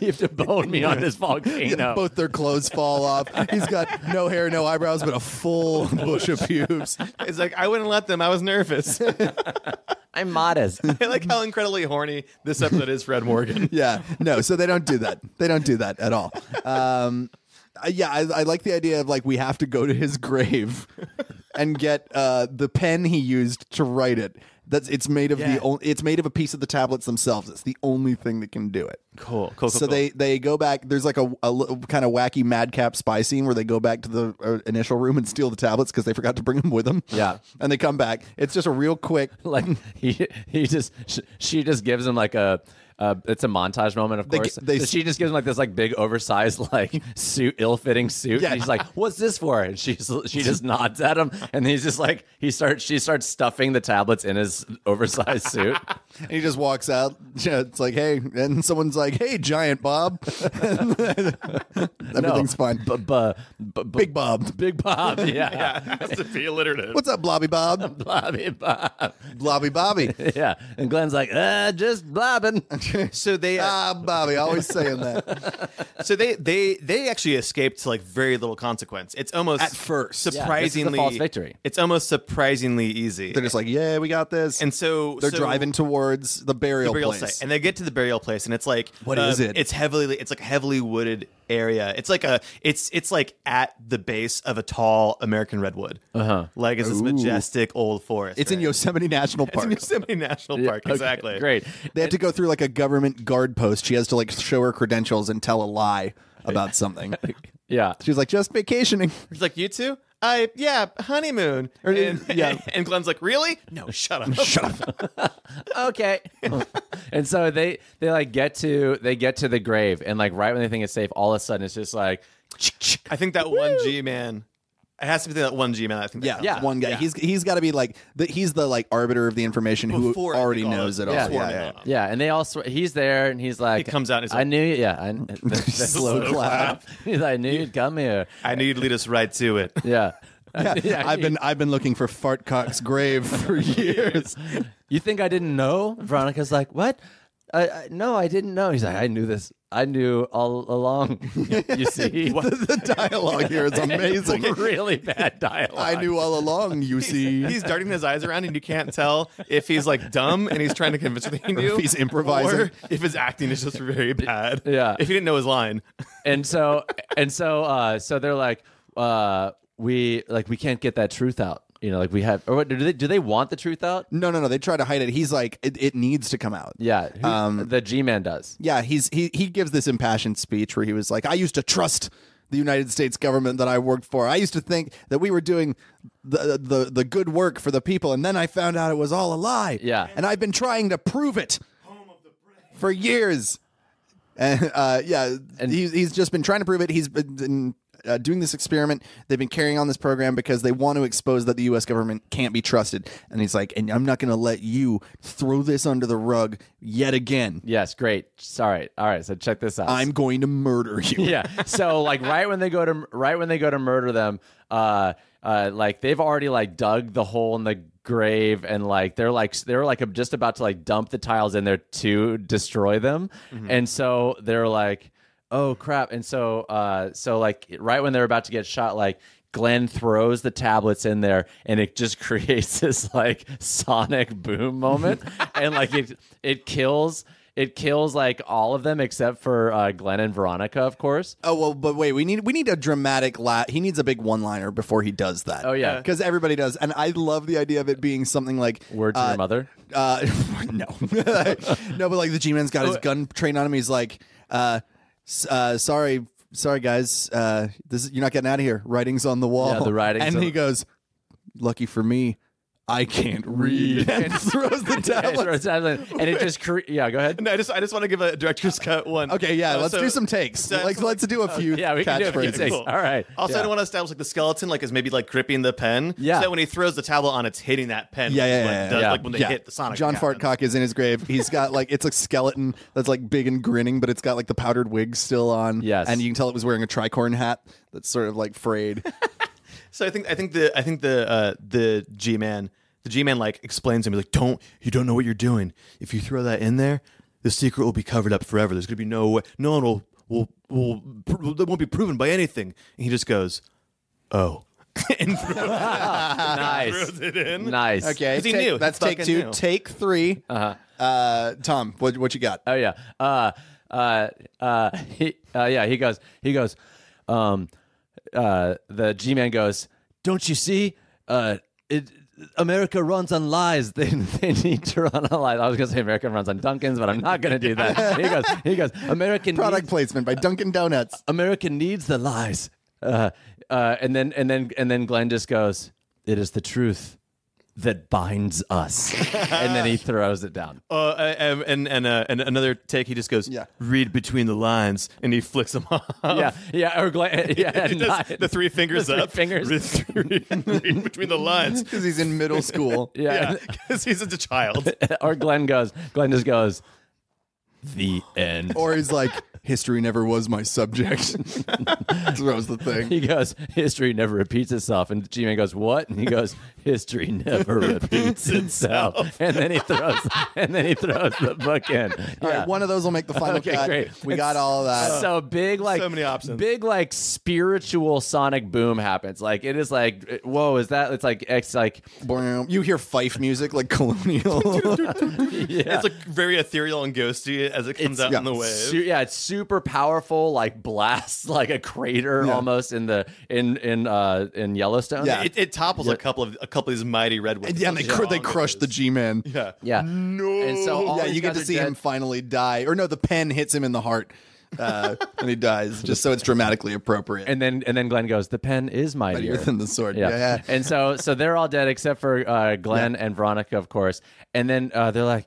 S3: you have to bone me on this volcano.
S2: Both their clothes fall off. He's got no hair, no eyebrows, but a full bush of pubes.
S4: It's like I wouldn't let them. I was nervous. I
S3: I'm modest.
S4: like how incredibly horny this episode is for Ed Morgan.
S2: Yeah, no. So they don't do that. They don't do that at all. Um, I- yeah, I, I like the idea of like we have to go to his grave and get uh, the pen he used to write it. That's it's made of
S4: Yeah.
S2: the only. It's made of a piece of the tablets themselves. It's the only thing that can do it.
S4: Cool, cool, cool.
S2: so they they go back. There's like a, kind of wacky madcap spy scene where they go back to the uh, initial room and steal the tablets because they forgot to bring them with them.
S3: Yeah.
S2: and they come back. It's just a real quick.
S3: like he he just sh- she just gives him like a uh, it's a montage moment, of
S2: They
S3: course.
S2: get- they-
S3: So she just gives him like this like big oversized like suit, ill-fitting suit.
S2: Yeah.
S3: And he's like, "What's this for?" And she's she just nods at him, and he's just like he starts she starts stuffing the tablets in his oversized suit.
S2: And he just walks out. Yeah, It's like hey, and someone's like hey, giant Bob. Everything's fine.
S3: But but but
S2: Big Bob.
S3: Big Bob, yeah.
S4: has to be alliterative.
S2: What's up, Blobby Bob?
S3: Blobby Bob.
S2: Blobby Bobby.
S3: Yeah. And Glenn's like, uh, just blobbing.
S4: So they uh,
S2: Ah, Bobby, always saying that.
S4: so they they they actually escaped to like very little consequence. It's almost
S2: At first. Yeah, this is
S3: the
S4: surprisingly
S3: false victory.
S4: It's almost surprisingly easy.
S2: They're just like, yeah, we got this.
S4: and so
S2: they're
S4: so-
S2: driving towards the burial,
S4: burial
S2: place.
S4: site, and they get to the burial place, and it's like
S2: What
S4: what
S2: is
S4: is
S2: it?
S4: It's heavily, it's like a heavily wooded area. It's like a, it's it's like at the base of a tall American redwood. Uh
S3: Uh-huh.
S4: huh. Like it's this majestic old forest.
S2: it's in
S4: right?
S2: Yosemite National
S4: It's
S2: Park.
S4: in Yosemite National Park.
S3: Okay,
S4: exactly.
S3: Great.
S2: They have to go through like a government guard post. She has to like show her credentials and tell a lie about something.
S3: Yeah.
S2: She's like, just vacationing.
S4: It's like you two. I yeah, honeymoon. and,
S2: yeah.
S4: and Glenn's like, really? No, shut up. Shut up.
S3: okay. and so they they like get to they get to the grave and like right when they think it's safe, all of a sudden it's just like
S4: I think that one G man. It has to be that one G man. I think. that
S2: Yeah,
S4: counts.
S3: Yeah.
S2: one guy.
S4: Yeah.
S2: He's he's got to be like the, he's the like arbiter of the information
S4: Before I
S2: who
S4: think
S2: already
S4: all
S2: knows
S4: of
S2: it
S4: it
S2: all.
S4: was
S2: yeah,
S4: forming
S2: yeah.
S4: up.
S3: yeah, and they all swear, he's there and he's like
S4: comes out and he's
S3: I
S4: like-
S3: knew you- yeah, I, the, the slow,
S4: Slow
S3: clap. he's like, I knew you'd come here.
S4: I knew you'd lead us right to it.
S3: Yeah.
S2: Yeah, I've been I've been looking for Fartcock's grave for years.
S3: You think I didn't know? Veronica's like, what? I, I, no, I didn't know. He's like, I knew this. I knew all along. you see,
S2: the dialogue here is amazing.
S3: really bad dialogue.
S2: I knew all along. You see,
S4: He's darting his eyes around, and you can't tell if he's like dumb and he's trying to convince her that he knew,
S2: if he's improvising.
S4: or if his acting is just very bad.
S3: Yeah.
S4: If he didn't know his line,
S3: and so and so uh so they're like uh we like we can't get that truth out you know like we have or what do they do they want the truth out
S2: no, no, no. They try to hide it. He's like, it, it needs to come out.
S3: yeah who-
S2: Um,
S3: the g-man does
S2: yeah. He's he he gives this impassioned speech where he was like, I used to trust the United States government that I worked for. I used to think that we were doing the the the good work for the people, and then I found out it was all a lie.
S3: Yeah.
S2: and I've been trying to prove it for years. And uh, yeah, he's, he's just been trying to prove it. He's been- been uh, doing this experiment. They've been carrying on this program because they want to expose that the U.S. government can't be trusted. And he's like, and I'm not going to let you throw this under the rug yet again.
S3: yes great sorry all right so check this out
S2: I'm going to murder you.
S3: yeah so like right when they go to right when they go to murder them uh uh like they've already like dug the hole in the grave and like they're like they're like just about to like dump the tiles in there to destroy them and so they're like oh crap and so uh so like right when they're about to get shot like Glenn throws the tablets in there and it just creates this like sonic boom moment and like it it kills it kills like all of them except for uh, Glenn and Veronica of course
S2: Oh well, but wait, we need we need a dramatic la He needs a big one-liner before he does that.
S3: Oh, yeah.
S2: because everybody does, and I love the idea of it being something like
S3: Word to
S2: uh,
S3: your mother.
S2: Uh, no, no, but like the G-man's got
S3: Oh.
S2: his gun trained on him. He's like, uh, s- uh, sorry, sorry guys, uh, this is, you're not getting out of here. Writing's on the wall.
S3: Yeah, the writing's
S2: And
S3: on-
S2: he goes, lucky for me, I can't read, and throws the tablet.
S3: and it just cre- yeah. Go ahead.
S4: no, I just I just want to give a director's cut one.
S2: Okay, yeah,
S4: Uh,
S2: let's
S4: so-
S2: do some takes.
S4: so-
S2: like, let's do a few
S3: Oh, Yeah, we can do a few
S2: catchphrases.
S3: takes. All right.
S4: Also,
S3: Yeah.
S4: I don't want to establish like the skeleton, like is maybe like gripping the pen.
S3: Yeah.
S4: So that when he throws the tablet on, it's hitting that pen.
S2: Yeah,
S4: which is
S2: yeah,
S4: what it
S2: yeah,
S4: does,
S3: yeah.
S4: Like when they hit the sonic.
S2: John
S4: happens.
S2: Fartcock is in his grave. He's got like it's a skeleton that's like big and grinning, but it's got like the powdered wig still on.
S3: Yes.
S2: and you can tell it was wearing a tricorn hat that's sort of like frayed.
S4: So I think I think the I think the uh, the G man the G man like explains to him like don't you don't know what you're doing. If you throw that in there, the secret will be covered up forever. There's gonna be no way. No one will will will pr- that won't be proven by anything. And he just goes, oh, and throws
S3: Nice,
S4: it in.
S3: nice.
S2: Okay,
S4: 'Cause he
S2: take-
S4: knew. He
S2: That's take
S4: fucking
S2: two.
S4: knew.
S2: Take three. Uh-huh. Tom, what what you got?
S3: Oh yeah. Uh, uh, uh, he, uh, yeah. He goes. He goes. Um, uh, the G man goes. Don't you see? Uh, it. America runs on lies. They, they need to run on lies. I was gonna say America runs on Dunkins, but I'm not gonna do that. He goes. He goes. American
S2: Product
S3: needs-
S2: placement by Dunkin' Donuts.
S3: America needs the lies. Uh, uh, and then and then and then Glenn just goes, "It is the truth that binds us." and then he throws it down.
S4: Uh, and and and, uh, and another take, he just goes,
S2: Yeah.
S4: read between the lines, and he flicks them off.
S3: Yeah, yeah. Or Glenn, yeah,
S4: He does
S3: not-
S4: the three fingers
S3: the three
S4: up,
S3: fingers.
S4: read, read between the lines.
S2: Because he's in middle school.
S3: yeah.
S4: Yeah, because he's such a child.
S3: or Glenn goes. Glenn just goes. The end.
S2: Or he's like, history never was my subject. Throws the thing.
S3: he goes, history never repeats itself. And G Man goes, what? And he goes, history never repeats itself. And then he throws, and then he throws the book in.
S2: All right, uh,
S3: Yeah.
S2: one of those will make the final
S3: Okay,
S2: cut.
S3: great.
S2: We
S3: It's Uh,
S2: got all of that.
S3: so big like
S4: So many options.
S3: big like spiritual sonic boom happens like it is like whoa is that it's like it's like
S2: Boom. You hear fife music like colonial.
S3: yeah
S4: It's like very ethereal and ghosty as it
S3: It's-
S4: comes out
S2: yeah.
S4: in the waves.
S3: Su- yeah it's super powerful like blasts like a crater almost in the in in uh in yellowstone
S2: Yeah.
S4: it, it topples a couple of a couple of these mighty redwoods.
S2: yeah, and they, cr- they crushed the G Man.
S4: Yeah.
S3: yeah no and so all
S2: yeah,
S3: these
S2: you get
S3: guys
S2: to
S3: are
S2: see
S3: dead.
S2: him finally die. Or no, the pen hits him in the heart. uh, and he dies, just so it's dramatically appropriate.
S3: and then and then Glenn goes, "The pen is mightier
S2: Mightier than the sword. Yeah, yeah.
S3: And so so they're all dead except for uh, Glenn and Veronica, of course. And then uh, they're like,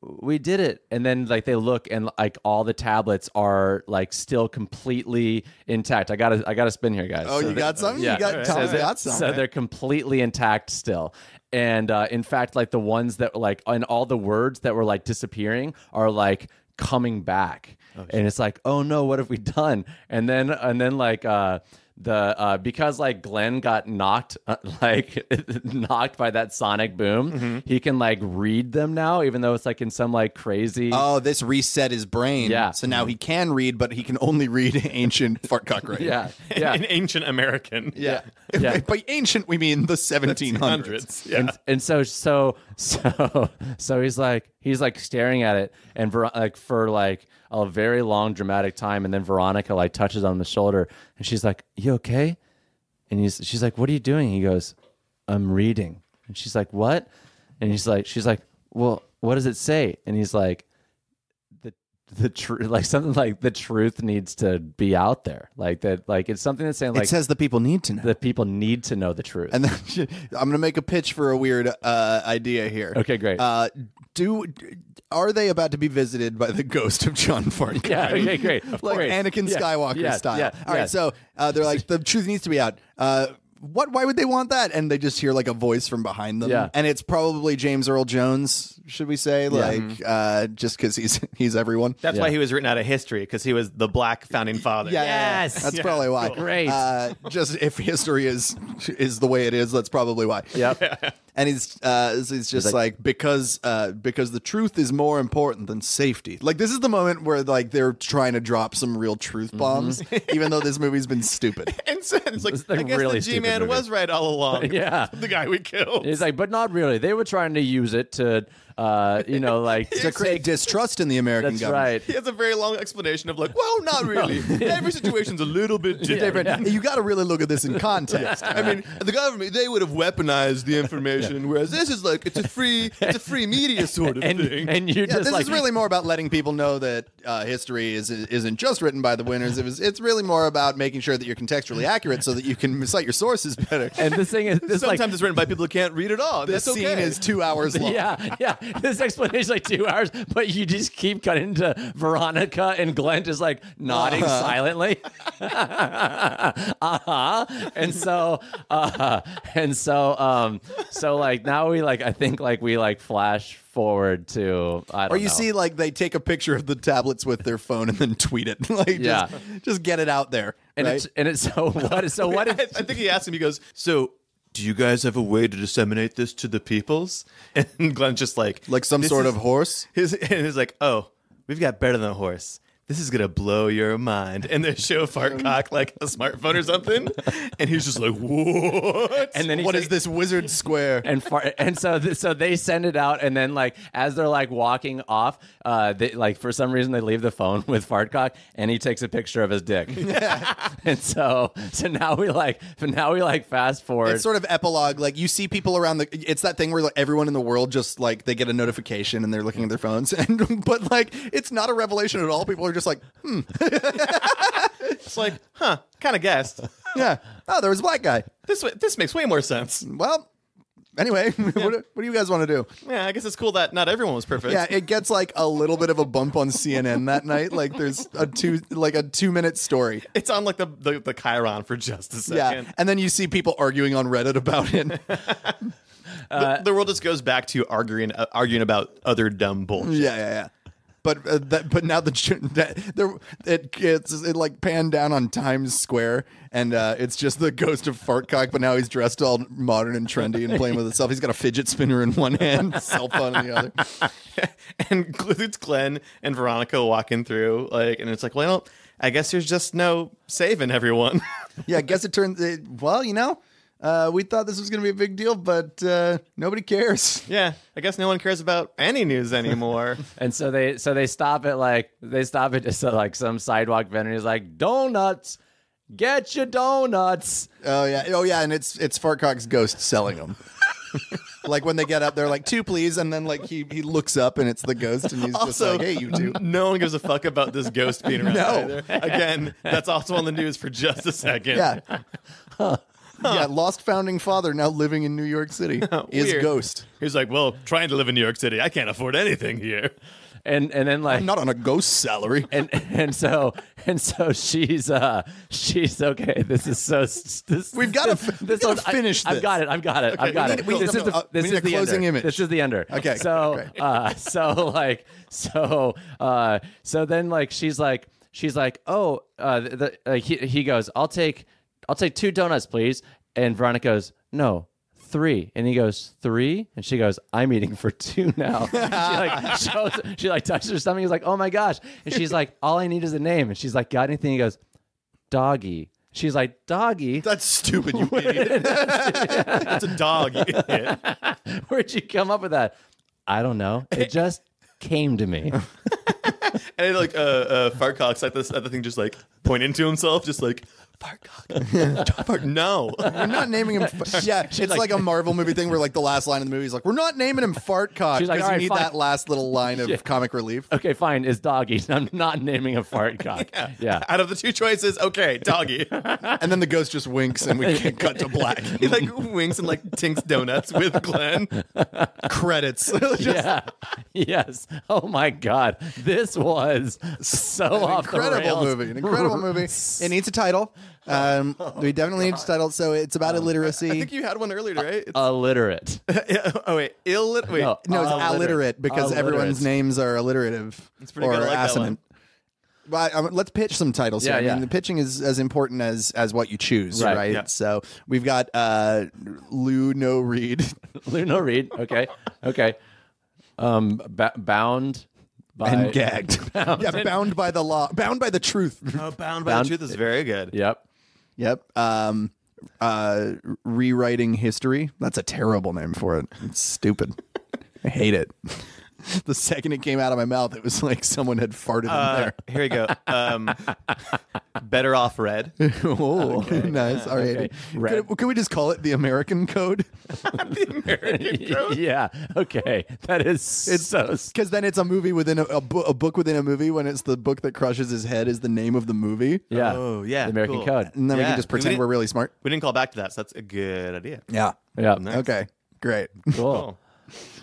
S3: "We did it!" And then like they look and like all the tablets are like still completely intact. I gotta I gotta spin here, guys.
S2: oh, you got something? You got,
S3: So
S2: Tom's
S3: they-
S2: got something.
S3: So they're completely intact still. And uh, in fact, like the ones that like and all the words that were like disappearing are like coming back. and it's like, oh no, what have we done? And then and then like uh the uh because like Glenn got knocked uh, like knocked by that sonic boom,
S2: Mm-hmm.
S3: he can like read them now, even though it's like in some like crazy
S2: Oh, this reset his brain.
S3: Yeah.
S2: So now he can read, but he can only read ancient fartcock writing.
S3: Yeah. Yeah.
S4: An ancient American.
S2: Yeah.
S3: Yeah.
S2: By ancient, we mean the 1700s.
S4: Hundreds. Yeah.
S3: and so so so so he's like he's like staring at it and Ver- like for like a very long dramatic time and then veronica like touches on the shoulder and she's like you okay and he's she's like what are you doing he goes i'm reading and she's like what and he's like she's like well what does it say and he's like the the truth like something like the truth needs to be out there like that like it's something that's saying like
S2: it says the people need to know.
S3: that people need to know the truth
S2: and then I'm going to make a pitch for a weird uh, idea here.
S3: Okay, great.
S2: Uh, do are they about to be visited by the ghost of John Farnham?
S3: Yeah, okay, great. Of
S2: like
S3: course.
S2: Anakin
S3: Yeah,
S2: Skywalker
S3: yeah,
S2: style.
S3: yeah,
S2: All right,
S3: yeah.
S2: so uh, they're like, the truth needs to be out. Uh, what? Why would they want that? And they just hear like a voice from behind them,
S3: Yeah.
S2: and it's probably James Earl Jones, should we say? Like,
S3: Mm-hmm.
S2: uh, just because he's he's everyone.
S4: That's
S3: Yeah.
S4: why he was written out of history because he was the black founding father.
S2: Yeah,
S3: Yes.
S2: that's
S3: Yeah,
S2: probably why.
S3: Great.
S2: Uh, just if history is is the way it is, that's probably why.
S3: Yep.
S2: And he's uh, he's just like, because uh, because the truth is more important than safety. Like this is the moment where like they're trying to drop some real truth
S3: Mm-hmm.
S2: bombs, even though this movie's been stupid.
S4: And so it's like,
S3: like
S4: I guess
S3: really
S4: the
S3: stupid
S4: G-Man
S3: movie.
S4: was right all along.
S3: Yeah.
S4: the guy we killed.
S3: He's like, but not really. They were trying to use it to, uh, you know, like
S2: To create
S3: to create.
S2: distrust in the American
S3: That's
S2: government.
S3: right.
S4: he has a very long explanation of like, well, not really. Every situation's a little bit different.
S2: You got to really look at this in context.
S4: I mean, the government they would have weaponized the information, whereas this is like it's a free, it's a free media sort of
S3: And
S4: thing.
S3: and you
S2: Yeah,
S3: just
S2: this
S3: like
S2: is really more about letting people know that uh, history is isn't just written by the winners. It was, it's really more about making sure that you're contextually accurate so that you can cite your sources better.
S3: and this thing is this
S4: Sometimes
S3: like.
S4: it's written by people who can't read at all. and
S2: This
S4: That's
S2: scene
S4: okay.
S2: is two hours long.
S3: Yeah, yeah. This explanation is like two hours, but you just keep cutting to Veronica and Glenn just like nodding
S2: Uh-huh.
S3: silently. uh huh. And so, uh, and so, um, so like now we like I think like we like flash forward to I
S2: Or
S3: don't
S2: you
S3: know.
S2: see, like they take a picture of the tablets with their phone and then tweet it. like, just,
S3: Yeah.
S2: just get it out there.
S3: and
S2: right?
S3: it's and it's so what so what
S4: I,
S3: if
S4: I think he asked him. He goes, "So, do you guys have a way to disseminate this to the peoples?" And Glenn's just like,
S2: like some
S4: "This
S2: sort
S4: is-
S2: of horse.
S4: His and he's like, "Oh, we've got better than a horse. This is gonna blow your mind." And they show Fartcock like a smartphone or something, and he's just like, "What?"
S3: and then
S2: What is
S3: he's like-
S2: this wizard square?
S3: and far, and so th- so they send it out and then like as they're like walking off uh they like for some reason they leave the phone with fartcock and he takes a picture of his dick and so so now we like now we like fast forward
S2: It's sort of epilogue. Like you see people around the. It's that thing where like, everyone in the world just like they get a notification and they're looking at their phones. And but like it's not a revelation at all. People are just like, hmm,
S4: it's like, "Huh? Kind of guessed.
S2: yeah. Oh, there was a black guy.
S4: This wa- this makes way more sense."
S2: Well, anyway, what, what do you guys want to do?
S4: Yeah, I guess it's cool that not everyone was perfect.
S2: Yeah, it gets like a little bit of a bump on CNN that night. Like there's a two like a two minute story.
S4: it's on like the, the the Chiron for just a
S2: Yeah,
S4: second.
S2: and then you see people arguing on Reddit about it.
S4: Uh, the, the world just goes back to arguing uh, arguing about other dumb bullshit.
S2: Yeah, yeah, yeah. But uh, that, but now the that, there it it's it like panned down on Times Square, and uh, it's just the ghost of Fartcock. But now he's dressed all modern and trendy and playing with himself. He's got a fidget spinner in one hand, cell phone in the other.
S4: and includes Glenn and Veronica walking through, like, and it's like, well, I guess there's just no saving everyone.
S2: Yeah, I guess it turns. It, well, you know, uh, we thought this was going to be a big deal, but uh, nobody cares.
S4: yeah, I guess no one cares about any news anymore.
S3: and so they so they stop at like they stop at just uh, like some sidewalk vendor he's like donuts get your donuts
S2: Oh yeah, oh yeah, and it's it's Fartcock's ghost selling them. like when they get up, they're like two, please, and then like he he looks up and it's the ghost, and he's just
S4: Also,
S2: like, hey, you two.
S4: no one gives a fuck about this ghost being around.
S2: No.
S4: either. Again, that's also on the news for just a second.
S2: Yeah. Yeah, lost founding father now living in New York City is
S4: Weird.
S2: ghost.
S4: He's like, well, trying to live in New York City, I can't afford anything here.
S3: and and then like
S2: Not on a ghost salary.
S3: and and so and so she's uh she's okay. This is so s- this
S2: We've gotta f-
S3: this,
S2: we gotta
S3: I-
S2: finish
S3: I've
S2: this.
S3: got it. I've got it. I've got
S2: we need-
S3: it.
S2: we need
S3: this is
S2: something-
S3: the
S2: uh, we
S3: this
S2: need
S3: is
S2: a
S3: the
S2: closing
S3: under.
S2: image.
S3: This is the under.
S2: Okay,
S3: So
S2: great.
S3: uh so like so uh so then like she's like she's like oh uh the, the, uh, he he goes I'll take I'll take two donuts please and Veronica goes no. Three and he goes three, and she goes, "I'm eating for two now." she like shows, she like touches her stomach. He's like, "Oh my gosh!" And she's like, "All I need is a name." And she's like, "Got anything?" He goes, doggy. She's like, doggy?
S2: That's stupid, you idiot.
S4: It's a dog. you idiot.
S3: Where'd you come up with that? I don't know. It just came to me.
S4: and like uh, uh, Farcock's at this at the thing, just like pointing to himself, just like Farcock. Farcock, no.
S2: We're not naming him. F- yeah, it's like,
S3: like-
S2: a Marvel movie thing where like the last line of the movie is like, we're not naming him Fart Cock
S3: She's like,
S2: because
S3: "All
S2: you
S3: right,
S2: need
S3: fine."
S2: that last little line of comic relief.
S3: Okay, fine. It's doggy. I'm not naming a fart cock. Yeah.
S4: Out of the two choices, okay, doggy.
S2: And then the ghost just winks and we can cut to black.
S4: he like winks and like tinks donuts with Glenn.
S2: Credits.
S3: Yeah. yes. Oh my God. This was so off the
S2: incredible
S3: rails.
S2: movie. An incredible movie. It needs a title. Um, we definitely need a title. So it's about illiteracy.
S4: I think you had one earlier, right? It's-
S3: Illiterate.
S4: Uh, oh wait, illiterate. Wait,
S3: No.
S2: No, it's
S3: Alliterate.
S2: alliterate, because
S3: Alliterate.
S2: everyone's names are alliterative
S4: pretty
S2: or
S4: good. I like that
S2: assonant. But um, let's pitch some titles
S3: Yeah,
S2: here. I
S3: yeah.
S2: mean, the pitching is as important as as what you choose,
S3: Right,
S2: right?
S3: yeah.
S2: So we've got uh, Lou No Reed,
S3: Luna Reed. Okay. Okay. Um, ba- bound by.
S2: and gagged. yeah, bound by the law, bound by the truth.
S4: Oh, Bound by
S3: Bound-
S4: the Truth is very good.
S3: Yep.
S2: yep. Um, uh, rewriting history. That's a terrible name for it. It's stupid. I hate it. the second it came out of my mouth, it was like someone had farted in
S4: Uh,
S2: there.
S4: here we go. Um, better off red.
S2: Oh, nice. All right.
S3: Okay. Red.
S2: Could, could we just call it the American Code?
S3: yeah. Okay. That is it's, so
S2: Because then it's a movie within a, a, bo- a book within a movie. When it's the book that crushes his head is the name of the movie.
S3: Yeah.
S4: Oh, yeah,
S3: The American
S4: cool.
S3: Code.
S2: And then we
S4: Yeah.
S2: can just pretend
S4: We-
S2: we are really smart.
S4: We didn't call back to that, so that's a good idea.
S2: Yeah.
S3: Yeah.
S2: Okay. Great.
S3: Cool.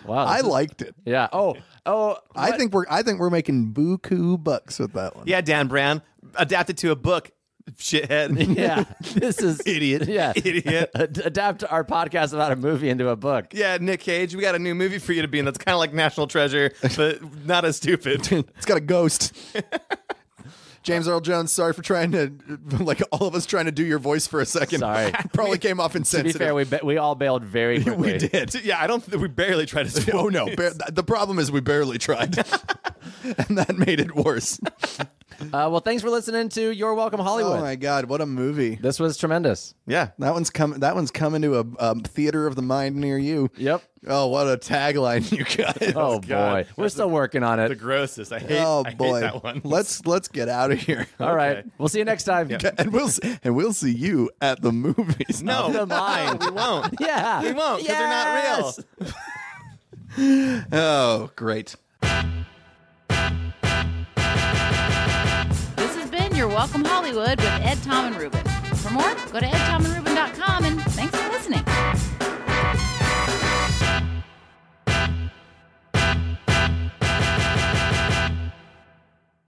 S3: Wow.
S2: I
S3: this is-
S2: liked it.
S3: Yeah. Oh. Oh.
S2: I think we're I think we're making buku bucks with that one.
S4: Yeah, Dan Brown adapted to a book. Shithead.
S3: Yeah. This is
S4: Idiot.
S3: Yeah.
S4: Idiot.
S3: Ad- Adapt our podcast about a movie into a book.
S4: Yeah, Nick Cage, we got a new movie for you to be in that's kind of like National Treasure, but not as stupid.
S2: It's got a ghost. James Earl Jones, sorry for trying to like all of us trying to do your voice for a second.
S3: Sorry.
S2: Probably came off
S3: To be
S2: insensitive.
S3: fair, we ba- we all bailed very quickly.
S2: we did.
S4: yeah, I don't think we barely tried to.
S2: Oh no! Bar- th- the problem is we barely tried, and that made it worse.
S3: Uh, well, thanks for listening to Your Welcome Hollywood.
S2: Oh my god! What a movie!
S3: This was tremendous.
S4: Yeah.
S2: That one's coming. That one's coming to a um, theater of the mind near you.
S3: Yep.
S2: Oh, what a tagline you guys!
S3: Oh
S4: God.
S3: boy, we're still working on
S4: The
S3: it.
S4: grossest. I hate,
S2: Oh,
S4: I hate
S2: boy!
S4: that one.
S2: Let's let's get out of here.
S3: All right. We'll see you next time.
S2: and we'll s- and we'll see you at the movies.
S4: no,
S3: the mind.
S4: we won't.
S3: Yeah.
S4: We won't because they're not
S3: Yes.
S4: real.
S2: Oh, great.
S1: This has been Your Welcome Hollywood with Ed, Tom, and Ruben. For more, go to edtomandruben.com and